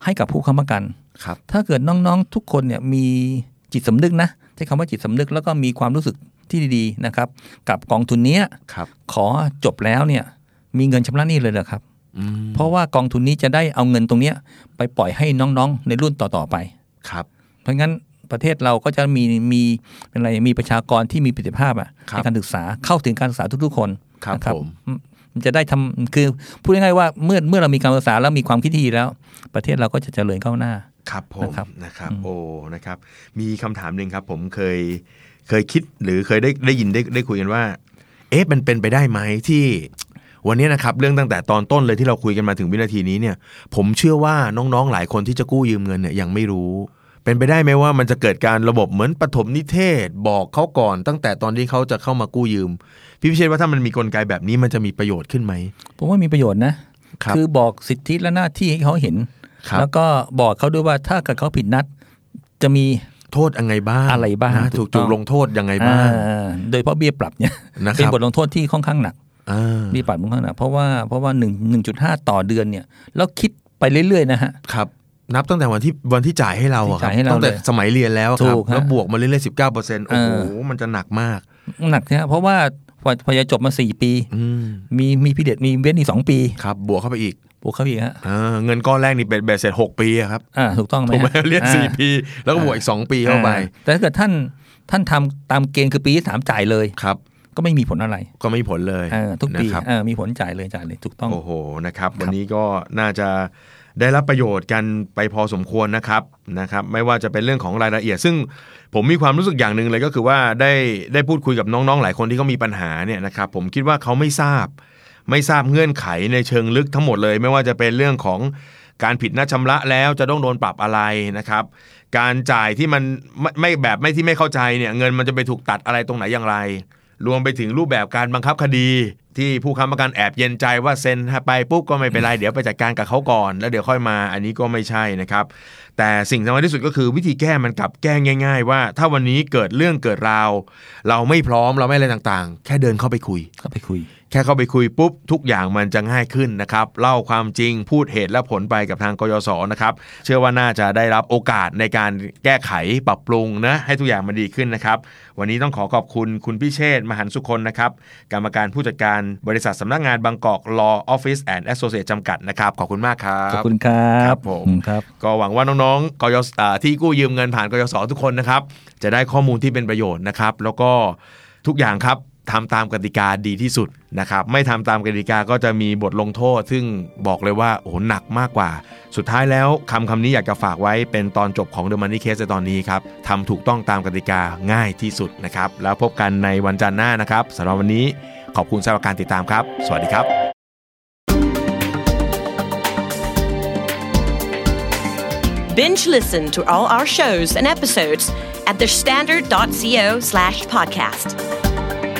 Speaker 2: ให้กับผู้ค้ำประกัน
Speaker 1: ครับ
Speaker 2: ถ้าเกิดน้อง ๆ ทุกคนเนี่ยมีจิตสำนึกนะใช้คำว่าจิตสำนึกแล้วก็มีความรู้สึกที่ดีๆนะครับกับกองทุนเนี้ย
Speaker 1: ครับ
Speaker 2: ขอจบแล้วเนี่ยมีเงินชำระหนี้เลยเหรอครับ
Speaker 1: อืม
Speaker 2: เพราะว่ากองทุนนี้จะได้เอาเงินตรงเนี้ยไปปล่อยให้น้องๆ ในรุ่นต่อ ๆ ไป
Speaker 1: ครับ
Speaker 2: เพราะงั้นประเทศเราก็จะมีมีเป็นอะไรมีประชากรที่มีประสิทธิภาพอะ
Speaker 1: ครับ
Speaker 2: ในการศึกษาเข้าถึงการศึกษาทุกๆ คน
Speaker 1: ครับ
Speaker 2: นะ
Speaker 1: ผม
Speaker 2: อืมมันจะได้ทำคือพูดง่ายๆว่าเมื่อเมื่อเรามีการศึกษาแล้วมีความคิดที่ดีแล้ว ประเทศเราก็จะเจริญก้าวหน้า
Speaker 1: ครับผม
Speaker 2: นะครับ
Speaker 1: นะครับ
Speaker 2: อืม
Speaker 1: โอ้นะครับ มีคำถามหนึ่งครับ ผมเคยเคยคิดหรือเคยได้ได้ยินได้ได้คุยกันว่า เอ๊ะมันเป็นไปได้ไหมที่ วันนี้นะครับ เรื่องตั้งแต่ตอนต้นเลยที่เราคุยกันมาถึงวินาทีนี้เนี่ย ผมเชื่อว่าน้องๆหลายคนที่จะกู้ยืมเงินเนี่ยยังไม่รู้ เป็นไปได้ไหมว่ามันจะเกิดการระบบเหมือนปฐมนิเทศ บอกเขาก่อน ตั้งแต่ตอนที่เขาจะเข้ามากู้ยืม พี่พิเชษว่าถ้ามันมีกลไกแบบนี้มันจะมีประโยชน์ขึ้นไหม
Speaker 2: ผมว่ามีประโยชน์นะครับ อบอกสิทธิและหน้าที่ให้เขาเห็น
Speaker 1: ครับ
Speaker 2: แล้วก็บอกเขาด้วยว่าถ้าเกิดเขาผิดนัด จะมี
Speaker 1: โทษยังไงบ้าง
Speaker 2: อะไรบ้าง
Speaker 1: นะ
Speaker 2: ถู
Speaker 1: ถูก
Speaker 2: กต้อง
Speaker 1: ลงโทษยังไงบ้าง
Speaker 2: อ่าโดยเฉพาะเบี้ยปรับเนี่ย
Speaker 1: นะค
Speaker 2: เป็น
Speaker 1: รับบ
Speaker 2: ทลงโทษที่ค่อนข้างหนัก
Speaker 1: อ่า
Speaker 2: มีปรับมุมข้างหน้าเพราะว่าเพราะว่าหนึ่งหนึ่งจุดห้าต่อเดือนเนี่ยแล้วคิดไปเรื่อยๆนะฮะ
Speaker 1: ครับ นับตั้งแต่วันที่วันที่จ่ายให้เราอะครับ
Speaker 2: ที่จ่ายให้เรา
Speaker 1: ตั้งแต่
Speaker 2: เลย
Speaker 1: สมัยเรียนแล้วอะครับ
Speaker 2: ถูกฮะ
Speaker 1: แล้วบวกมาเรื่อยๆสิบเก้าเปอร์เซ็นต์โอ้โห
Speaker 2: เอ
Speaker 1: มันจะหนักมาก
Speaker 2: หนักนะฮะเพราะว่าพอพอจะจบมาสี่ปี
Speaker 1: อืม
Speaker 2: มีมีพิเดตมีเว้นอีกสองปี
Speaker 1: ครับบวกเข้าไปอีก
Speaker 2: บวกเข้าไปอีกฮะ
Speaker 1: อ่าเงินก้อนแรกนี่เป็นเบสเสร็จหกปีอะครับ
Speaker 2: อ่าถูกต้องไหม
Speaker 1: ผม
Speaker 2: ฮะ
Speaker 1: เรียนสี่
Speaker 2: อ่า
Speaker 1: ปี แล้วก็บวกอีกสองปีเข้าไป
Speaker 2: อ่แต่ถ้าเกิดท่านท่านทำตามเกณฑ์คือปีที่สามจ่ายเลย
Speaker 1: ครับ
Speaker 2: ก็ไม่มีผลอะไร
Speaker 1: ก็ไม่มีผลเลย
Speaker 2: เออทุกปี
Speaker 1: นะครับ
Speaker 2: เออมีผลจ่ายเลยจ่ายเลยถูกต้อง
Speaker 1: โอ้โห นะครับ วันนี้ก็น่าจะได้รับประโยชน์กันไปพอสมควรนะครับ นะครับ ไม่ว่าจะเป็นเรื่องของรายละเอียด ซึ่งผมมีความรู้สึกอย่างหนึ่งเลยก็คือว่าได้ได้พูดคุยกับน้องๆ หลายคนที่เขามีปัญหาเนี่ยนะครับ ผมคิดว่าเขาไม่ทราบ ไม่ทราบเงื่อนไขในเชิงลึกทั้งหมดเลย ไม่ว่าจะเป็นเรื่องของการผิดนัดชำระแล้วจะต้องโดนปรับอะไรนะครับ การจ่ายที่มันไม่ไม่แบบไม่ที่ไม่เข้าใจเนี่ยเงินมันจะไปถูกตัดอะไรตรงไหนอย่างไร รวมไปถึงรูปแบบการบังคับคดี ที่ผู้ค้ำประกันแอบเย็นใจว่าเซ็นไปปุ๊บก็ไม่เป็นไร เดี๋ยวไปจัดการกับเขาก่อน แล้วเดี๋ยวค่อยมาอันนี้ก็ไม่ใช่นะครับ แต่สิ่งสำคัญที่สุดก็คือวิธีแก้มันกลับแก้ง่าย ๆ ว่า ถ้าวันนี้เกิดเรื่องเกิดราว เราไม่พร้อมเราไม่อะไรต่างๆ แค่เดินเข้าไปคุย
Speaker 2: ก็ไปคุย
Speaker 1: แค่เข้าไปคุยปุ๊บ ทุกอย่างมันจะง่ายขึ้นนะครับ เล่าความจริงพูดเหตุและผลไปกับทางกยศนะครับ เชื่อว่าน่าจะได้รับโอกาสในการแก้ไขปรับปรุงนะให้ทุกอย่างมันดีขึ้นนะครับ วันนี้ต้องขอขอบคุณคุณพิเชษฐ์มหันสุคนนะครับ กรรมการผู้จัดการบริษัทสำนักงานบางกอก Law Office and Associate จำกัดนะครับ ขอบคุณมากครับ
Speaker 2: ขอบคุณครับ
Speaker 1: ครับผม
Speaker 2: อืครับ
Speaker 1: ก็หวังว่าน้องๆกยศอ่าที่กู้ยืมเงินผ่านกยศทุกคนนะครับ จะได้ข้อมูลที่เป็นประโยชน์นะครับ แล้วก็ทุกอย่างครับทำตามกติกาดีที่สุดนะครับ ไม่ทำตามกติกาก็จะมีบทลงโทษ ซึ่งบอกเลยว่าโอ้โหหนักมากกว่า สุดท้ายแล้วคำคำนี้อยากจะฝากไว้เป็นตอนจบของ The Money Case ในตอนนี้ครับทำถูกต้องตามกติกาง่ายที่สุดนะครับ แล้วพบกันในวันจันทร์หน้านะครับสำหรับวันนี้ขอบคุณสำหรับการติดตามครับ สวัสดีครับ
Speaker 4: Binge listen to all our shows and episodes at thestandard.co slash podcast.